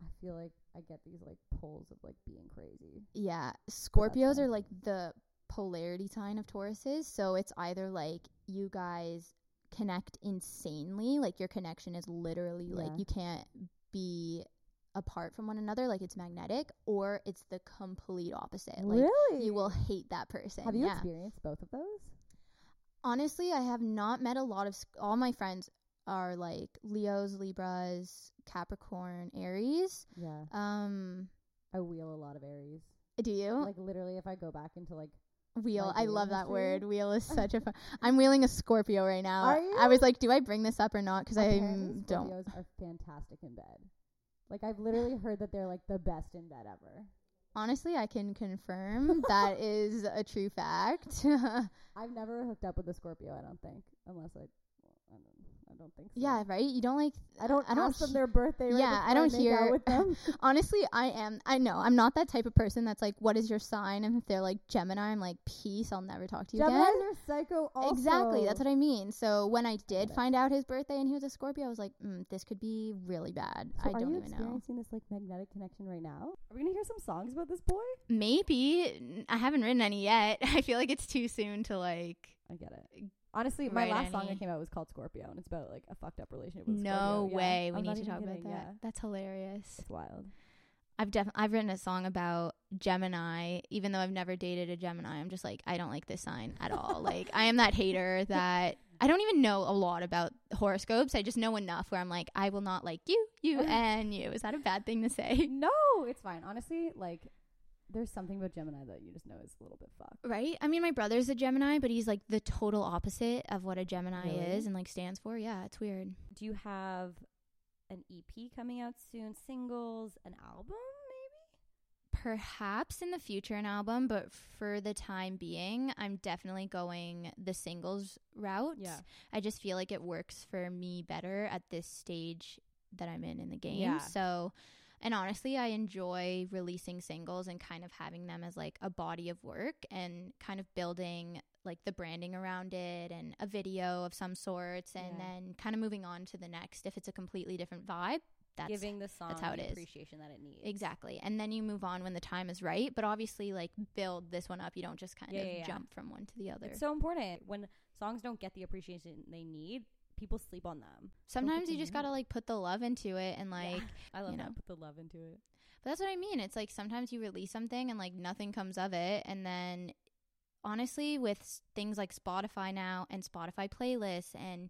Speaker 5: I feel like I get these like pulls of like being crazy.
Speaker 2: yeah, Scorpios
Speaker 5: fine.
Speaker 2: are like the polarity sign of Tauruses, so it's either like you guys connect insanely, like your connection is literally like
Speaker 5: Yeah.
Speaker 2: you can't be apart from one another, like it's magnetic, or it's the complete opposite. Eh, Like
Speaker 5: really?
Speaker 2: you will hate that person.
Speaker 5: Have you
Speaker 2: yeah.
Speaker 5: experienced both of those?
Speaker 2: honestly, I have not met a lot of sc- all my friends are like Leos, Libras, Capricorn, Aries.
Speaker 5: Yeah,
Speaker 2: Um,
Speaker 5: I wheel a lot of Aries.
Speaker 2: do you
Speaker 5: Like literally, if I go back into like,
Speaker 2: wheel?
Speaker 5: like
Speaker 2: I
Speaker 5: wheel
Speaker 2: love that
Speaker 5: industry?
Speaker 2: word. Wheel is such a fun. I'm wheeling a Scorpio right now.
Speaker 5: Are
Speaker 2: I
Speaker 5: you?
Speaker 2: was like, do I bring this up or not? Because I
Speaker 5: apparently
Speaker 2: don't.
Speaker 5: Scorpios are fantastic in bed. Like I've literally heard that they're like the best in bed ever.
Speaker 2: Honestly, I can confirm that is a true fact.
Speaker 5: I've never hooked up with a Scorpio. I don't think, unless I, I don't, I don't think. So.
Speaker 2: yeah, right. You don't like. I don't. I don't.
Speaker 5: ask them
Speaker 2: he-
Speaker 5: their birthday. Right
Speaker 2: yeah,
Speaker 5: before
Speaker 2: I don't
Speaker 5: make out
Speaker 2: hear-
Speaker 5: with them.
Speaker 2: Honestly, I am. I know I'm not that type of person that's like, "What is your sign?" And if they're like Gemini, I'm like, "Peace, I'll never talk to you
Speaker 5: Gemini's
Speaker 2: again."
Speaker 5: are psycho. Also.
Speaker 2: Exactly, that's what I mean. So when I did
Speaker 5: it.
Speaker 2: find out his birthday and he was a Scorpio, I was like, mm, "This could be really bad." I
Speaker 5: are
Speaker 2: don't
Speaker 5: you
Speaker 2: even know.
Speaker 5: experiencing this like magnetic connection right now? Are we gonna hear some songs about this boy?
Speaker 2: Maybe N- I haven't written any yet. I feel like it's too soon to like.
Speaker 5: I get it. Honestly, my
Speaker 2: Right,
Speaker 5: last song that
Speaker 2: Annie.
Speaker 5: came out was called Scorpio, and it's about like a fucked up relationship. with
Speaker 2: No
Speaker 5: Scorpio. Yeah,
Speaker 2: way. We
Speaker 5: I'm not
Speaker 2: need to
Speaker 5: even
Speaker 2: talk
Speaker 5: kidding,
Speaker 2: about that.
Speaker 5: yeah.
Speaker 2: That's hilarious.
Speaker 5: It's wild.
Speaker 2: I've def- I've written a song about Gemini, even though I've never dated a Gemini. I'm just like, I don't like this sign at all. like, I am that hater that I don't even know a lot about horoscopes. I just know enough where I'm like, I will not like you, you, and you. Is that a bad thing to say?
Speaker 5: No, it's fine. Honestly, like there's something about Gemini that you just know is a little bit fucked.
Speaker 2: Right? I mean, my brother's a Gemini, but he's like the total opposite of what a Gemini
Speaker 5: Really?
Speaker 2: is and like stands for. Yeah, it's weird.
Speaker 5: Do you have an EP coming out soon? Singles, an album, maybe?
Speaker 2: perhaps in the future an album, but for the time being, I'm definitely going the singles route.
Speaker 5: Yeah.
Speaker 2: I just feel like it works for me better at this stage that I'm in in the game.
Speaker 5: Yeah.
Speaker 2: So, and honestly, I enjoy releasing singles and kind of having them as like a body of work and kind of building like the branding around it and a video of some sorts and
Speaker 5: Yeah.
Speaker 2: then kind of moving on to the next if it's a completely different vibe. that's
Speaker 5: giving the song
Speaker 2: how it
Speaker 5: the
Speaker 2: is.
Speaker 5: appreciation that it needs.
Speaker 2: exactly. And then you move on when the time is right. But obviously, like build this one up. You don't just kind
Speaker 5: Yeah,
Speaker 2: of
Speaker 5: yeah, yeah.
Speaker 2: jump from one to the other.
Speaker 5: It's so important when songs don't get the appreciation they need. People sleep on them.
Speaker 2: Sometimes
Speaker 5: to
Speaker 2: you just
Speaker 5: know.
Speaker 2: gotta like put the love into it and
Speaker 5: Yeah.
Speaker 2: like.
Speaker 5: I love
Speaker 2: you
Speaker 5: that.
Speaker 2: know.
Speaker 5: Put the love into it.
Speaker 2: But that's what I mean. It's like sometimes you release something and like nothing comes of it. And then honestly, with s- things like Spotify now and Spotify playlists and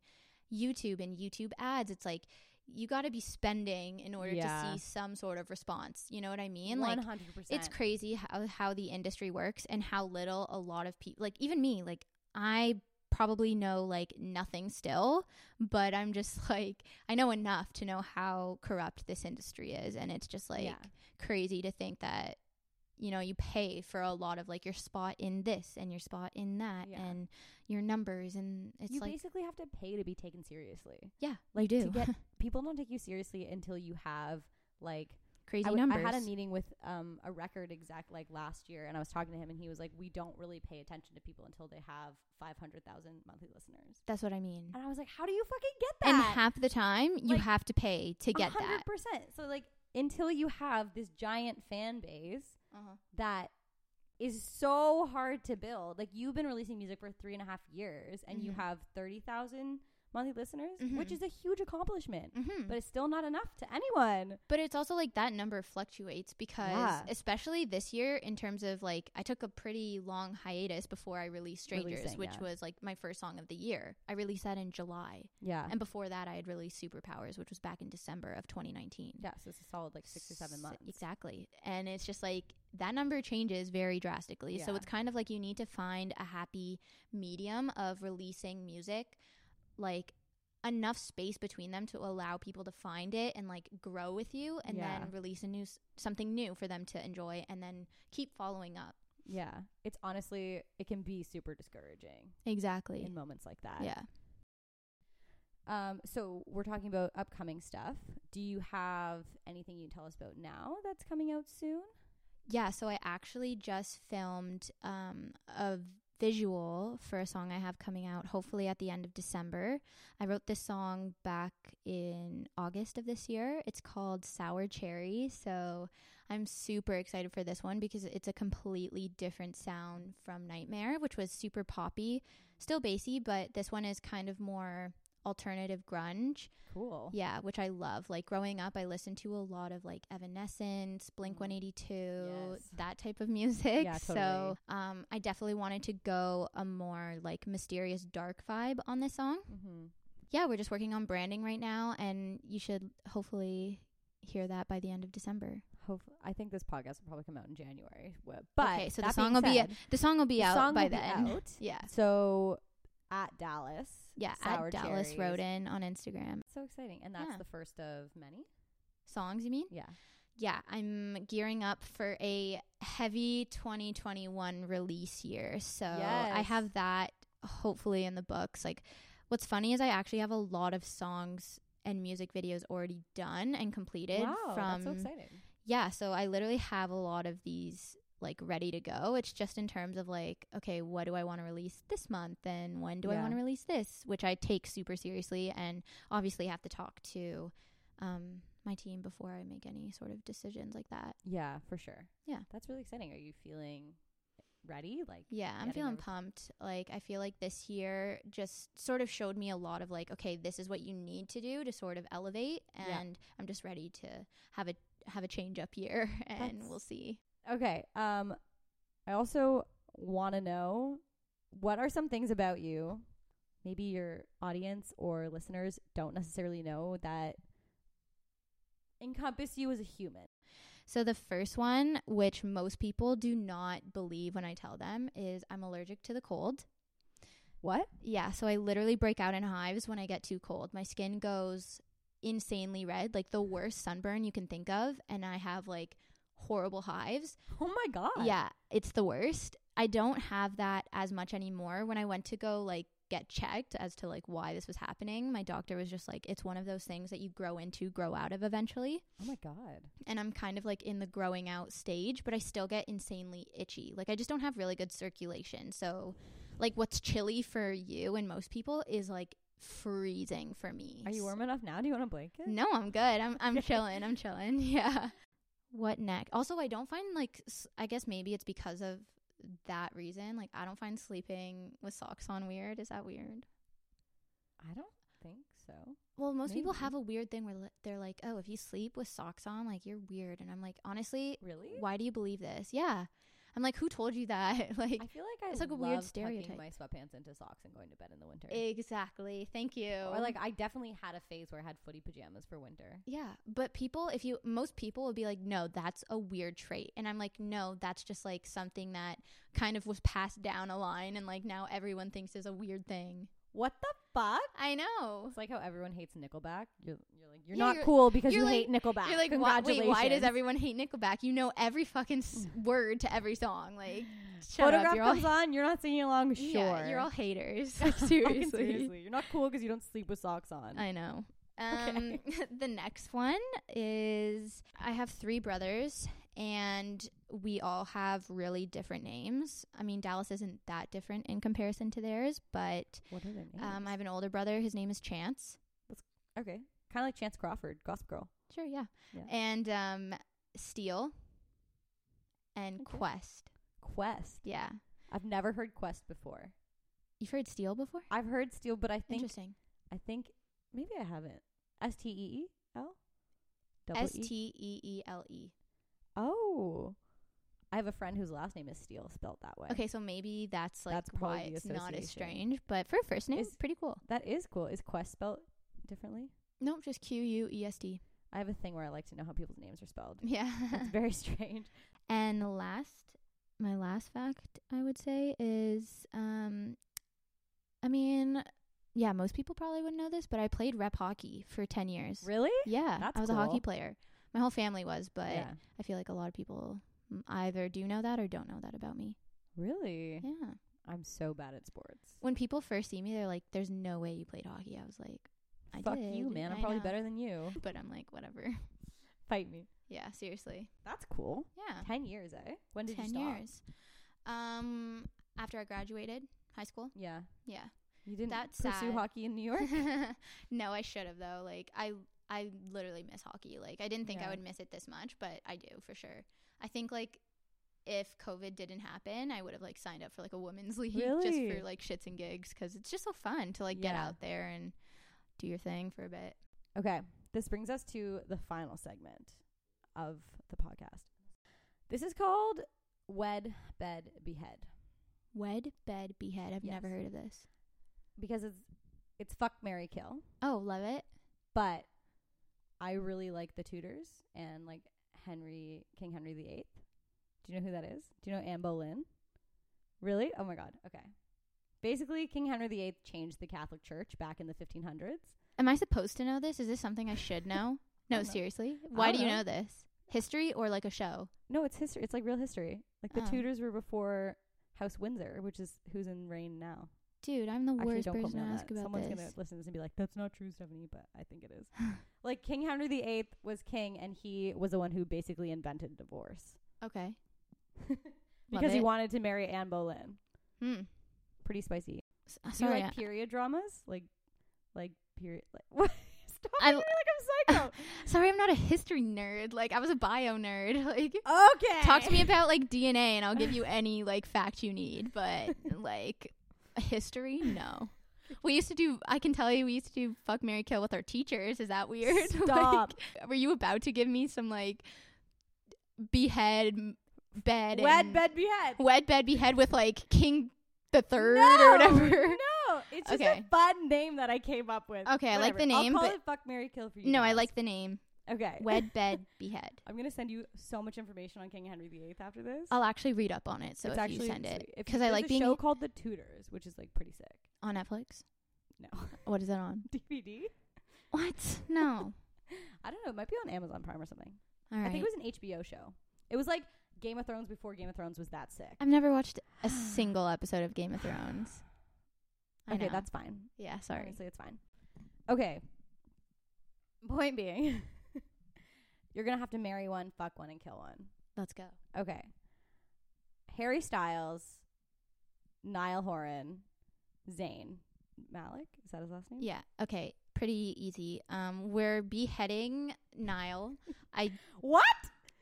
Speaker 2: YouTube and YouTube ads, it's like you got to be spending in order
Speaker 5: Yeah.
Speaker 2: to see some sort of response. You know what I mean?
Speaker 5: One
Speaker 2: Like,
Speaker 5: hundred percent.
Speaker 2: it's crazy how, how the industry works and how little a lot of people, like even me, like I probably know like nothing still, but I'm just like, I know enough to know how corrupt this industry is. And it's just like,
Speaker 5: yeah.
Speaker 2: crazy to think that you know you pay for a lot of like your spot in this and your spot in that
Speaker 5: Yeah.
Speaker 2: and your numbers and it's
Speaker 5: you
Speaker 2: like
Speaker 5: basically have to pay to be taken seriously.
Speaker 2: yeah
Speaker 5: Like
Speaker 2: you do
Speaker 5: to get people don't take you seriously until you have like
Speaker 2: crazy
Speaker 5: I, w- I
Speaker 2: numbers
Speaker 5: had a meeting with um, a record exec like last year, and I was talking to him, and he was like, "We don't really pay attention to people until they have five hundred thousand monthly listeners."
Speaker 2: that's what i mean
Speaker 5: And I was like, "How do you fucking get that?"
Speaker 2: and half the time you
Speaker 5: Like,
Speaker 2: have to pay to get that
Speaker 5: percent. So like, until you have this giant fan base
Speaker 2: Uh-huh.
Speaker 5: that is so hard to build, like you've been releasing music for three and a half years, and you
Speaker 2: Mhm.
Speaker 5: have thirty thousand monthly listeners, which
Speaker 2: Mhm.
Speaker 5: is a huge accomplishment,
Speaker 2: Mhm.
Speaker 5: but it's still not enough to anyone.
Speaker 2: But it's also like that number fluctuates because,
Speaker 5: Yeah.
Speaker 2: especially this year, in terms of like, I took a pretty long hiatus before I released Strangers,
Speaker 5: Releasing,
Speaker 2: which
Speaker 5: yeah.
Speaker 2: was like my first song of the year. I released that in July.
Speaker 5: Yeah,
Speaker 2: And before that, I had released Superpowers, which was back in December of 2019.
Speaker 5: yeah. So it's a solid like six or seven
Speaker 2: S-
Speaker 5: months.
Speaker 2: Exactly. And it's just like that number changes very drastically. So
Speaker 5: Yeah.
Speaker 2: it's kind of like you need to find a happy medium of releasing music, like enough space between them to allow people to find it and like grow with you and
Speaker 5: Yeah.
Speaker 2: then release a new s- something new for them to enjoy and then keep following up.
Speaker 5: Yeah, it's honestly it can be super discouraging
Speaker 2: Exactly.
Speaker 5: in moments like that.
Speaker 2: Yeah.
Speaker 5: Um, so we're talking about upcoming stuff. Do you have anything you can tell us about now that's coming out soon?
Speaker 2: Yeah, so I actually just filmed um, a visual for a song I have coming out hopefully at the end of December. I wrote this song back in August of this year. It's called Sour Cherry. So I'm super excited for this one because it's a completely different sound from Nightmare, which was super poppy, still bassy, but this one is kind of more alternative grunge.
Speaker 5: Cool.
Speaker 2: Yeah, which I love. Like growing up, I listened to a lot of like Evanescence, Blink
Speaker 5: Mm.
Speaker 2: 182,
Speaker 5: Yes.
Speaker 2: that type of music.
Speaker 5: Yeah,
Speaker 2: So
Speaker 5: totally.
Speaker 2: um, I definitely wanted to go a more like mysterious dark vibe on this song.
Speaker 5: Mm-hmm.
Speaker 2: Yeah, we're just working on branding right now, and you should hopefully hear that by the end of December.
Speaker 5: Hopefully, I think this podcast will probably come out in January. wh- But
Speaker 2: Okay, so the
Speaker 5: that
Speaker 2: song
Speaker 5: being
Speaker 2: will be-
Speaker 5: said,
Speaker 2: The song will be
Speaker 5: the
Speaker 2: out
Speaker 5: song
Speaker 2: by
Speaker 5: will be
Speaker 2: then.
Speaker 5: out.
Speaker 2: Yeah.
Speaker 5: So at Dallas.
Speaker 2: Yeah,
Speaker 5: Sour
Speaker 2: at Dallas
Speaker 5: Cherries.
Speaker 2: Roden on Instagram.
Speaker 5: So exciting, and that's
Speaker 2: Yeah.
Speaker 5: the first of many.
Speaker 2: Songs, you mean?
Speaker 5: Yeah.
Speaker 2: Yeah, I'm gearing up for a heavy 2021 release year. So I
Speaker 5: Yes.
Speaker 2: have that hopefully in the books. Like, what's funny is I actually have a lot of songs and music videos already done and completed
Speaker 5: wow,
Speaker 2: from
Speaker 5: that's so exciting.
Speaker 2: yeah so i literally have a lot of these like ready to go it's just in terms of like okay what do i want to release this month and when do i
Speaker 5: Yeah.
Speaker 2: want to release this which i take super seriously and obviously have to talk to um my team before i make any sort of decisions like that
Speaker 5: Yeah, for sure.
Speaker 2: Yeah.
Speaker 5: that's really exciting. Are you feeling ready? Like,
Speaker 2: Yeah, I'm
Speaker 5: getting
Speaker 2: feeling
Speaker 5: over-
Speaker 2: pumped. Like I feel like this year just sort of showed me a lot of like, okay, this is what you need to do to sort of elevate and
Speaker 5: Yeah.
Speaker 2: I'm just ready to have a have a change up year and
Speaker 5: That's-
Speaker 2: we'll see.
Speaker 5: Okay. Um, I also want to know what are some things about you, maybe your audience or listeners don't necessarily know that encompass you as a human.
Speaker 2: So the first one, which most people do not believe when I tell them, is I'm allergic to the cold.
Speaker 5: What?
Speaker 2: Yeah, so I literally break out in hives when I get too cold. My skin goes insanely red, like the worst sunburn you can think of, and I have like horrible hives.
Speaker 5: Oh my god.
Speaker 2: Yeah, it's the worst. I don't have that as much anymore. When I went to go like get checked as to like why this was happening, my doctor was just like, it's one of those things that you grow into, grow out of eventually.
Speaker 5: Oh my god.
Speaker 2: And I'm kind of like in the growing out stage, but I still get insanely itchy. Like I just don't have really good circulation. So, like, what's chilly for you and most people is like freezing for me.
Speaker 5: Are you warm enough now? Do you want a blanket?
Speaker 2: No, I'm good. I'm I'm chilling. I'm chilling. Yeah. What next? Also, I don't find like s- I guess maybe it's because of that reason. Like I don't find sleeping with socks on weird. Is that weird?
Speaker 5: I don't think so.
Speaker 2: Well, most people
Speaker 5: Maybe.
Speaker 2: have a weird thing where li- they're like, "Oh, if you sleep with socks on, like you're weird." And I'm like, "Honestly,
Speaker 5: Really?
Speaker 2: why do you believe this?" Yeah. I'm like, "Who told you that?" like
Speaker 5: I feel like I
Speaker 2: it's like a
Speaker 5: love
Speaker 2: weird
Speaker 5: tucking
Speaker 2: stereotype.
Speaker 5: my sweatpants into socks and going to bed in the winter.
Speaker 2: Exactly. Thank you.
Speaker 5: or like I definitely had a phase where I had footy pajamas for winter.
Speaker 2: Yeah, but people, if you, most people would be like, no, that's a weird trait. And I'm like, no, that's just like something that kind of was passed down a line and like now everyone thinks is a weird thing.
Speaker 5: What the fuck?
Speaker 2: I know.
Speaker 5: It's like how everyone hates Nickelback. You're, you're like you're
Speaker 2: Yeah,
Speaker 5: not
Speaker 2: you're-
Speaker 5: cool because
Speaker 2: you're
Speaker 5: you
Speaker 2: like-
Speaker 5: hate Nickelback.
Speaker 2: You're like, why, wait,
Speaker 5: Congratulations. Mm.
Speaker 2: why does everyone hate Nickelback? You know every fucking s- word to every song. Like, shut
Speaker 5: photograph
Speaker 2: up. You're
Speaker 5: comes
Speaker 2: all,
Speaker 5: on? You're not singing along. Sure,
Speaker 2: yeah, you're all haters.
Speaker 5: Fucking
Speaker 2: seriously.
Speaker 5: seriously. You're not cool because you don't sleep with socks on.
Speaker 2: I know. Um,
Speaker 5: Okay.
Speaker 2: the next one is I have three brothers, and we all have really different names. I mean, Dallas isn't that different in comparison to theirs, but
Speaker 5: what are their names?
Speaker 2: um, I have an older brother. His name is Chance.
Speaker 5: okay, kind of like Chance Crawford, Gossip Girl.
Speaker 2: Sure, yeah.
Speaker 5: Yeah.
Speaker 2: And um, Steel and
Speaker 5: Okay.
Speaker 2: Quest.
Speaker 5: Quest.
Speaker 2: Yeah.
Speaker 5: I've never heard Quest before.
Speaker 2: You've heard Steel before?
Speaker 5: I've heard Steel, but I think
Speaker 2: Interesting.
Speaker 5: I think maybe I haven't. S T E E L. Double
Speaker 2: S
Speaker 5: E?
Speaker 2: T E E L E.
Speaker 5: Oh, I have a friend whose last name is Steel, spelled that way.
Speaker 2: Okay, so maybe that's like
Speaker 5: That's probably
Speaker 2: why
Speaker 5: the
Speaker 2: it's not as
Speaker 5: association.
Speaker 2: strange, but for a first name,
Speaker 5: Is-
Speaker 2: pretty cool.
Speaker 5: that is cool. Is Quest spelled differently?
Speaker 2: Nope, just Q U E S D.
Speaker 5: I have a thing where I like to know how people's names are spelled.
Speaker 2: Yeah.
Speaker 5: It's very strange.
Speaker 2: and last, my last fact I would say is, um, I mean, yeah, most people probably wouldn't know this, but I played rep hockey for ten years.
Speaker 5: Really?
Speaker 2: Yeah,
Speaker 5: That's
Speaker 2: I was a hockey
Speaker 5: cool.
Speaker 2: player. My whole family was, but
Speaker 5: yeah.
Speaker 2: I feel like a lot of people mm, either do know that or don't know that about me.
Speaker 5: Really?
Speaker 2: Yeah.
Speaker 5: I'm so bad at sports.
Speaker 2: When people first see me, they're like, "There's no way you played hockey." I was like, "I
Speaker 5: Fuck
Speaker 2: did.
Speaker 5: you, man. I'm
Speaker 2: I
Speaker 5: probably
Speaker 2: know."
Speaker 5: better than you.
Speaker 2: But I'm like, whatever.
Speaker 5: Fight me.
Speaker 2: Yeah, seriously.
Speaker 5: That's cool.
Speaker 2: Yeah.
Speaker 5: Ten years, eh? When did
Speaker 2: ten
Speaker 5: you stop?
Speaker 2: years. Um, after I graduated high school.
Speaker 5: Yeah.
Speaker 2: Yeah.
Speaker 5: You didn't
Speaker 2: That's
Speaker 5: pursue
Speaker 2: sad.
Speaker 5: hockey in New York?
Speaker 2: no, I should have though. Like I, I literally miss hockey. Like I didn't think I
Speaker 5: Yeah.
Speaker 2: would miss it this much, but I do for sure. I think like if COVID didn't happen, I would have like signed up for like a women's league just
Speaker 5: Really?
Speaker 2: for like shits and gigs because it's just so fun to like get
Speaker 5: Yeah.
Speaker 2: out there and do your thing for a bit.
Speaker 5: Okay. This brings us to the final segment of the podcast. This is called Wed, Bed, Behead.
Speaker 2: Wed, bed, behead. I've never
Speaker 5: Yes.
Speaker 2: heard of this.
Speaker 5: Because it's it's fuck Mary Kill.
Speaker 2: Oh, love it.
Speaker 5: But I really like the Tudors and like Henry King Henry the Eighth. Do you know who that is? Do you know Anne Boleyn? Really? Oh my god. Okay. Basically, King Henry the Eighth changed the Catholic Church back in the 1500s.
Speaker 2: Am I supposed to know this? Is this something I should know? No,
Speaker 5: don't know.
Speaker 2: seriously. Why do
Speaker 5: don't
Speaker 2: you
Speaker 5: know.
Speaker 2: know this? History or like a show?
Speaker 5: No, it's history. It's like real history. Like the
Speaker 2: Oh.
Speaker 5: Tudors were before House Windsor, which is who's in reign now.
Speaker 2: Dude, I'm the
Speaker 5: Actually,
Speaker 2: worst
Speaker 5: don't quote
Speaker 2: person
Speaker 5: me
Speaker 2: to
Speaker 5: on
Speaker 2: ask
Speaker 5: that.
Speaker 2: about
Speaker 5: Someone's
Speaker 2: this.
Speaker 5: gonna listen to this and be like, "That's not true, Stephanie," but I think it is. like King Henry the Eighth was king, and he was the one who basically invented divorce.
Speaker 2: Okay. Love
Speaker 5: because he
Speaker 2: it.
Speaker 5: wanted to marry Anne Boleyn.
Speaker 2: Hmm.
Speaker 5: Pretty spicy.
Speaker 2: S- uh,
Speaker 5: Do you
Speaker 2: Sorry. I-
Speaker 5: like period dramas? Like, like period. Like, what? Stop.
Speaker 2: I-
Speaker 5: I like I'm psycho.
Speaker 2: sorry, I'm not a history nerd. Like I was a bio nerd. Like
Speaker 5: okay.
Speaker 2: talk to me about like DNA and I'll give you any like fact you need, but like history? No. We used to do I can tell you we used to do fuck Mary Kill with our teachers. Is that weird? Like,
Speaker 5: Stop.
Speaker 2: were you about to give me some like behead m- bed
Speaker 5: Wed,
Speaker 2: and-
Speaker 5: bed, behead.
Speaker 2: wed bed behead with like King the Third
Speaker 5: no,
Speaker 2: or whatever.
Speaker 5: No, it's just
Speaker 2: Okay.
Speaker 5: a fun name that I came up with.
Speaker 2: Okay, I like
Speaker 5: Whatever.
Speaker 2: the name,
Speaker 5: I'll call
Speaker 2: but-
Speaker 5: it Fuck Mary Kill for you.
Speaker 2: No, I
Speaker 5: guys.
Speaker 2: like the name
Speaker 5: Okay.
Speaker 2: wed bed behead.
Speaker 5: I'm gonna send you so much information on King Henry VIII after this.
Speaker 2: I'll actually read up on it. So
Speaker 5: it's
Speaker 2: if
Speaker 5: actually
Speaker 2: you send it,
Speaker 5: sweet. If-
Speaker 2: because I
Speaker 5: there's
Speaker 2: like
Speaker 5: a
Speaker 2: being
Speaker 5: show called The Tudors, which is like pretty sick.
Speaker 2: on Netflix.
Speaker 5: No,
Speaker 2: What is that on?
Speaker 5: DVD.
Speaker 2: What? No.
Speaker 5: I don't know. It might be on Amazon Prime or something.
Speaker 2: All right.
Speaker 5: I think it was an HBO show. It was like Game of Thrones before Game of Thrones was that sick.
Speaker 2: I've never watched a single episode of Game of Thrones. I
Speaker 5: okay,
Speaker 2: know.
Speaker 5: that's fine.
Speaker 2: yeah. Sorry.
Speaker 5: Honestly, it's fine. Okay. Point being, you're gonna have to marry one, fuck one, and kill one.
Speaker 2: Let's go.
Speaker 5: Okay. Harry Styles, Niall Horan, Zayn. Malik. Is that his last name?
Speaker 2: Yeah. Okay. Pretty easy. Um, we're beheading Nile.
Speaker 5: What?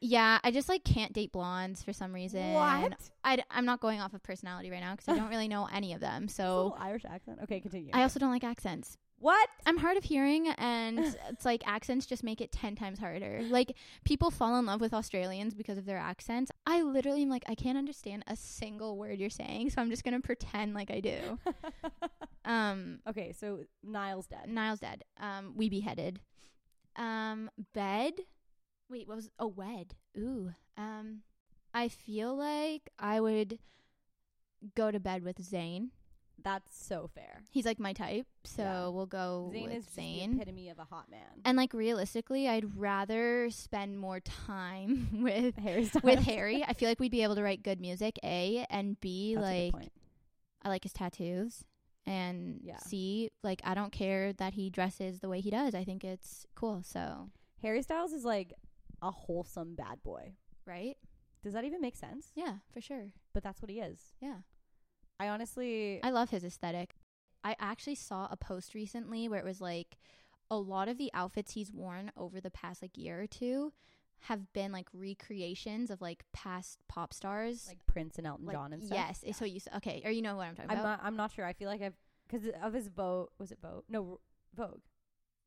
Speaker 2: Yeah, I just like can't date blondes for some reason.
Speaker 5: What?
Speaker 2: I, am not going off of personality right now because I don't really know any of them. So
Speaker 5: Little Irish accent. Okay, continue.
Speaker 2: Oh. I also don't like accents.
Speaker 5: what?
Speaker 2: I'm hard of hearing, and it's like accents just make it 10 times harder. Like, people fall in love with Australians because of their accents. I literally am like, I can't understand a single word you're saying, so I'm just going to pretend like I do. Um,
Speaker 5: okay, so Niall's dead.
Speaker 2: Niall's dead. Um, we beheaded. Um, bed. Wait, what was? Oh, wed. Ooh. Um, I feel like I would go to bed with Zayn.
Speaker 5: That's so fair.
Speaker 2: He's like my type, so
Speaker 5: Yeah.
Speaker 2: we'll go
Speaker 5: Zane
Speaker 2: Oh, with
Speaker 5: is just the
Speaker 2: Zayn.
Speaker 5: epitome of a hot man.
Speaker 2: And like realistically, I'd rather spend more time with
Speaker 5: Harry Styles.
Speaker 2: with Harry. I feel like we'd be able to write good music. A and B,
Speaker 5: That's a good
Speaker 2: like
Speaker 5: point.
Speaker 2: I like his tattoos. And
Speaker 5: Yeah.
Speaker 2: C, like I don't care that he dresses the way he does. I think it's cool. So
Speaker 5: Harry Styles is like a wholesome bad boy.
Speaker 2: right?
Speaker 5: Does that even make sense?
Speaker 2: Yeah, for sure.
Speaker 5: But that's what he is.
Speaker 2: Yeah.
Speaker 5: I honestly,
Speaker 2: I love his aesthetic. I actually saw a post recently where it was like a lot of the outfits he's worn over the past like year or two have been like recreations of like past pop stars.
Speaker 5: like Prince and Elton
Speaker 2: Like,
Speaker 5: John and stuff.
Speaker 2: Yes. So you s- okay, or you know what I'm talking
Speaker 5: I'm not.
Speaker 2: about.
Speaker 5: I'm not sure. I feel like I've because of his Vogue. Was it Vogue? No, Vogue.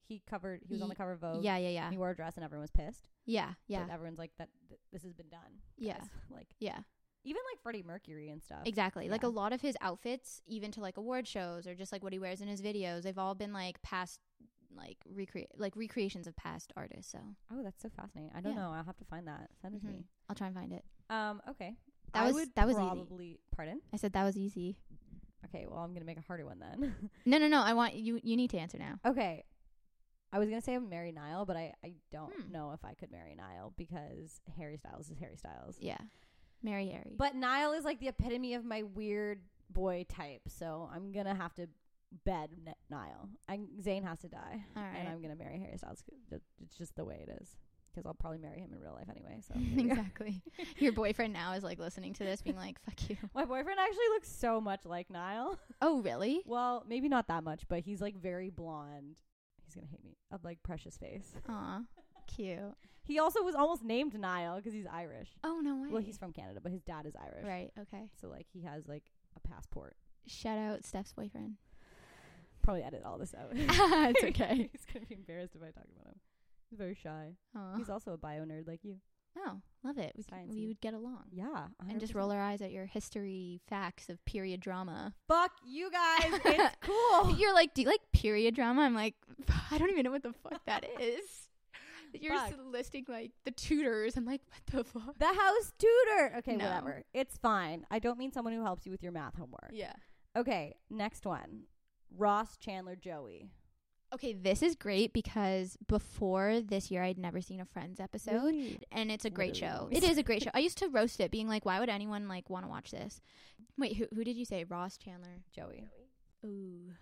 Speaker 5: He covered. He was on the
Speaker 2: Ye-
Speaker 5: cover of Vogue.
Speaker 2: yeah, yeah, yeah.
Speaker 5: And he wore a dress, and everyone was pissed.
Speaker 2: Yeah, yeah.
Speaker 5: But everyone's like, "That th- this has been done."
Speaker 2: Yeah.
Speaker 5: guys." Like
Speaker 2: Yeah.
Speaker 5: even like Freddie Mercury and stuff.
Speaker 2: Exactly. Like a
Speaker 5: Yeah.
Speaker 2: lot of his outfits, even to like award shows or just like what he wears in his videos, they've all been like past like recreate like recreations of past artists. So
Speaker 5: Oh, that's so fascinating. I don't
Speaker 2: Yeah.
Speaker 5: know. I'll have to find that. Send it to
Speaker 2: Mhm.
Speaker 5: me.
Speaker 2: I'll try and find it.
Speaker 5: Um. Okay.
Speaker 2: That
Speaker 5: I
Speaker 2: was-
Speaker 5: would
Speaker 2: that was easy.
Speaker 5: probably. Pardon.
Speaker 2: I said that was easy.
Speaker 5: Okay. Well, I'm gonna make a harder one then.
Speaker 2: No, no, no. I want you. You need to answer now.
Speaker 5: okay. I was gonna say I'm marry Niall, but I I don't
Speaker 2: Hmm.
Speaker 5: know if I could marry Niall because Harry Styles is Harry Styles.
Speaker 2: Yeah, Mary Harry.
Speaker 5: But Niall is like the epitome of my weird boy type, so I'm gonna have to bed N- Niall. And Zayn has to die,
Speaker 2: all
Speaker 5: and
Speaker 2: right,
Speaker 5: I'm gonna marry Harry Styles. 'cause that- It's just the way it is. Because I'll probably marry him in real life anyway. So there you go.
Speaker 2: exactly. Your boyfriend now is like listening to this, being like, "Fuck you."
Speaker 5: my boyfriend actually looks so much like Niall.
Speaker 2: Oh, really?
Speaker 5: Well, maybe not that much, but he's like very blonde. He's gonna hate me. Of like precious face.
Speaker 2: Aw, cute.
Speaker 5: He also was almost named Niall because he's Irish.
Speaker 2: Oh no way.
Speaker 5: Well, he's from Canada, but his dad is Irish.
Speaker 2: right. Okay.
Speaker 5: So like he has like a passport.
Speaker 2: Shout out Steph's boyfriend.
Speaker 5: Probably edit all this out.
Speaker 2: it's okay.
Speaker 5: He's gonna be embarrassed if I talk about him. He's very shy.
Speaker 2: Aw.
Speaker 5: He's also a bio nerd like you.
Speaker 2: Oh, love it. We, c- we
Speaker 5: Sciencey.
Speaker 2: would get along.
Speaker 5: Yeah,
Speaker 2: and just roll our eyes at your history facts of period drama.
Speaker 5: Fuck you guys. It's cool.
Speaker 2: You're like, do you like period drama? I'm like, I don't even know what the fuck that is. You're
Speaker 5: Fuck.
Speaker 2: just listing like the tutors. I'm like, what the fuck?
Speaker 5: the house tutor. Okay,
Speaker 2: No.
Speaker 5: whatever. It's fine. I don't mean someone who helps you with your math homework.
Speaker 2: Yeah.
Speaker 5: Okay, next one. Ross Chandler Joey.
Speaker 2: Okay, this is great because before this year, I'd never seen a Friends episode. And it's a great show.
Speaker 5: Literally.
Speaker 2: It is a great show. I used to roast it, being like, "Why would anyone like want to watch this?" Wait, who who did you say? Ross Chandler.
Speaker 5: Joey.
Speaker 2: Ooh.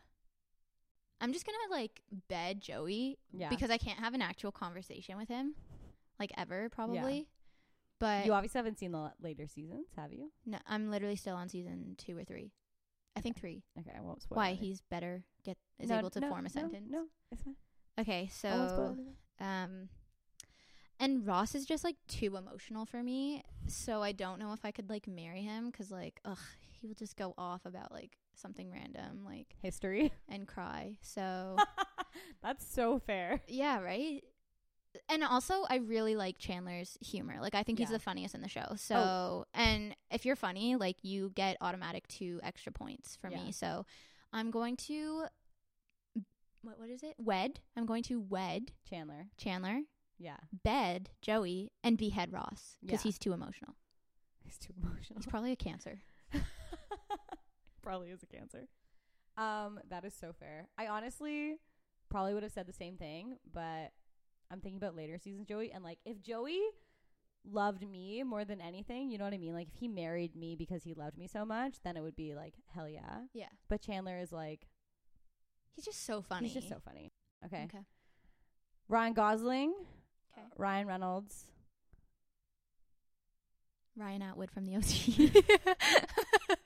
Speaker 2: I'm just gonna like bed Joey
Speaker 5: Yeah.
Speaker 2: because I can't have an actual conversation with him, like ever probably. But
Speaker 5: you obviously haven't seen the la- later seasons, have you?
Speaker 2: no, I'm literally still on season two or three. I think three.
Speaker 5: Okay, I won't spoil.
Speaker 2: Why
Speaker 5: anything.
Speaker 2: he's better get is
Speaker 5: No,
Speaker 2: able to
Speaker 5: no,
Speaker 2: form a
Speaker 5: no,
Speaker 2: sentence.
Speaker 5: No, it's fine.
Speaker 2: Okay,
Speaker 5: I won't spoil
Speaker 2: so
Speaker 5: anything.
Speaker 2: um, and Ross is just like too emotional for me, so I don't know if I could like marry him 'cause like ugh, he will just go off about like something random like
Speaker 5: history.
Speaker 2: and cry. So.
Speaker 5: That's so fair.
Speaker 2: Yeah, right. And also, I really like Chandler's humor. Like, I think he's
Speaker 5: Yeah. Oh.
Speaker 2: the funniest in the show. So, and if you're funny, like, you get automatic two extra points for
Speaker 5: Yeah.
Speaker 2: me. So, I'm going to what what is it? Wed. I'm going to wed
Speaker 5: Chandler.
Speaker 2: Chandler,
Speaker 5: Yeah.
Speaker 2: bed Joey, and behead Ross because
Speaker 5: Yeah. Uh-huh.
Speaker 2: he's too emotional.
Speaker 5: He's too emotional.
Speaker 2: He's probably a cancer.
Speaker 5: probably is a cancer. Um, that is so fair. I honestly probably would have said the same thing, but I'm thinking about later seasons Joey and like if Joey loved me more than anything, you know what I mean? Like if he married me because he loved me so much, then it would be like hell yeah.
Speaker 2: Yeah,
Speaker 5: But Chandler is like
Speaker 2: he's just so funny.
Speaker 5: he's just so funny. Okay.
Speaker 2: Okay.
Speaker 5: Ryan Gosling,
Speaker 2: Okay.
Speaker 5: Ryan Reynolds.
Speaker 2: Ryan Atwood from the OC.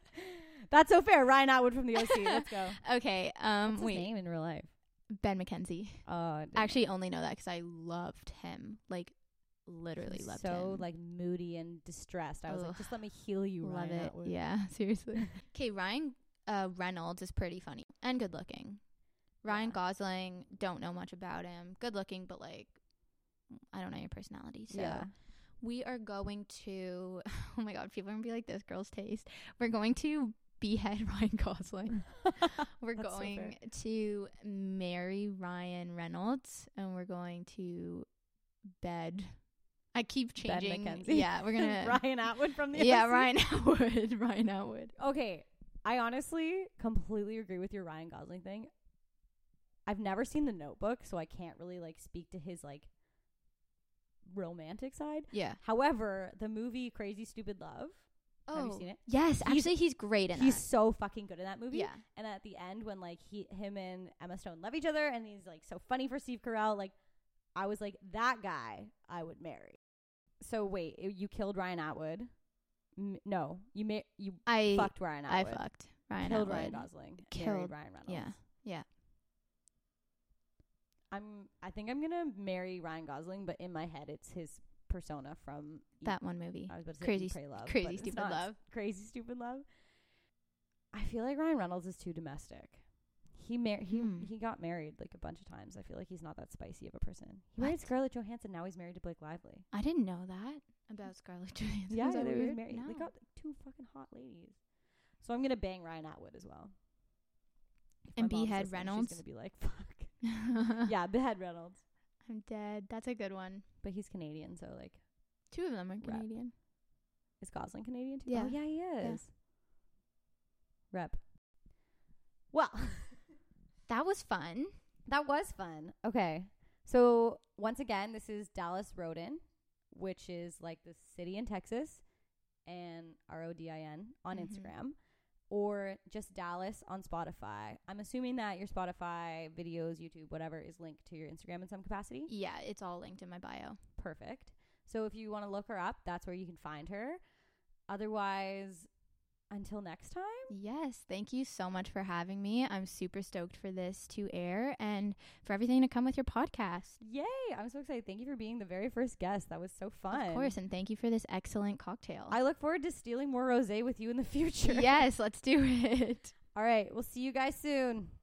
Speaker 5: That's so fair. Ryan Atwood from the OC. Let's go.
Speaker 2: Okay. Um.
Speaker 5: What's his
Speaker 2: wait.
Speaker 5: name in real life?
Speaker 2: Ben McKenzie.
Speaker 5: Oh, I didn't-
Speaker 2: Actually, only know that because I loved him. Like, literally
Speaker 5: He's
Speaker 2: loved
Speaker 5: so
Speaker 2: him.
Speaker 5: like moody and distressed. I was
Speaker 2: Ugh.
Speaker 5: like, just let me heal you.
Speaker 2: love
Speaker 5: Ryan
Speaker 2: it.
Speaker 5: Atwood.
Speaker 2: Yeah. Seriously. Okay. Ryan uh, Reynolds is pretty funny and good looking. Ryan
Speaker 5: Yeah.
Speaker 2: Gosling. Don't know much about him. Good looking, but like, I don't know your personality. So.
Speaker 5: Yeah.
Speaker 2: We are going to. Oh my god, people are gonna be like, "This girl's taste." We're going to behead Ryan Gosling. We're
Speaker 5: That's so
Speaker 2: going to marry Ryan Reynolds, and we're going to bed. I keep
Speaker 5: Ben
Speaker 2: changing.
Speaker 5: McKenzie.
Speaker 2: yeah, we're gonna.
Speaker 5: Ryan Atwood from the
Speaker 2: yeah,
Speaker 5: OC.
Speaker 2: Ryan Atwood. Ryan Atwood.
Speaker 5: Okay, I honestly completely agree with your Ryan Gosling thing. I've never seen The Notebook, so I can't really like speak to his like romantic side.
Speaker 2: Yeah.
Speaker 5: However, the movie Crazy Stupid Love, Have you seen it?
Speaker 2: Oh, yes.
Speaker 5: He's-
Speaker 2: actually, he's great in
Speaker 5: he's
Speaker 2: that.
Speaker 5: so fucking good in that movie.
Speaker 2: Yeah.
Speaker 5: And at the end, when like he, him and Emma Stone love each other, and he's like so funny for Steve Carell, like I was like that guy I would marry. So wait, y- you killed Ryan Atwood? M- no, you ma- you
Speaker 2: I
Speaker 5: fucked Ryan
Speaker 2: I
Speaker 5: Atwood.
Speaker 2: fucked Ryan
Speaker 5: killed
Speaker 2: Atwood.
Speaker 5: Ryan Gosling.
Speaker 2: Killed-
Speaker 5: married Ryan Reynolds.
Speaker 2: yeah, yeah.
Speaker 5: I'm. I think I'm gonna marry Ryan Gosling, but in my head, it's his persona from Eat-
Speaker 2: That one movie.
Speaker 5: I was about to say
Speaker 2: Crazy
Speaker 5: Eat,
Speaker 2: Stu-
Speaker 5: Pray, Love,
Speaker 2: Crazy
Speaker 5: but it's
Speaker 2: Stupid
Speaker 5: not.
Speaker 2: Love.
Speaker 5: Crazy Stupid Love. I feel like Ryan Reynolds is too domestic. He mar- he
Speaker 2: Hmm.
Speaker 5: he got married like a bunch of times. I feel like he's not that spicy of a person. He married
Speaker 2: What?
Speaker 5: Scarlett Johansson. Now he's married to Blake Lively.
Speaker 2: I didn't know that about Scarlett Johansson.
Speaker 5: Yeah,
Speaker 2: Is that
Speaker 5: they were
Speaker 2: weird?
Speaker 5: married.
Speaker 2: No.
Speaker 5: They got like, two fucking hot ladies. So I'm gonna bang Ryan Atwood as well. If my
Speaker 2: And
Speaker 5: mom's
Speaker 2: behead
Speaker 5: listening,
Speaker 2: Reynolds?
Speaker 5: She's gonna be like, fuck. yeah, behead Reynolds.
Speaker 2: I'm dead. That's a good one.
Speaker 5: But he's Canadian, so like,
Speaker 2: Two of them are
Speaker 5: Rep.
Speaker 2: Canadian.
Speaker 5: is Gosling Canadian too?
Speaker 2: Yeah.
Speaker 5: Oh yeah, he is. Rep. Well,
Speaker 2: That was fun.
Speaker 5: that was fun. Okay, so once again, this is Dallas Rodin, which is like the city in Texas, and R O D I N on
Speaker 2: Mhm.
Speaker 5: Instagram. Or just Dallas on Spotify. I'm assuming that your Spotify videos, YouTube, whatever, is linked to your Instagram in some capacity.
Speaker 2: Yeah, it's all linked in my bio.
Speaker 5: perfect. So if you want to look her up, that's where you can find her. Otherwise, until next time,
Speaker 2: Yes, thank you so much for having me. I'm super stoked for this to air and for everything to come with your podcast.
Speaker 5: yay! I'm so excited. Thank you for being the very first guest. That was so fun.
Speaker 2: Of course, and thank you for this excellent cocktail.
Speaker 5: I look forward to stealing more rosé with you in the future.
Speaker 2: Yes, let's do it.
Speaker 5: All right. We'll see you guys soon.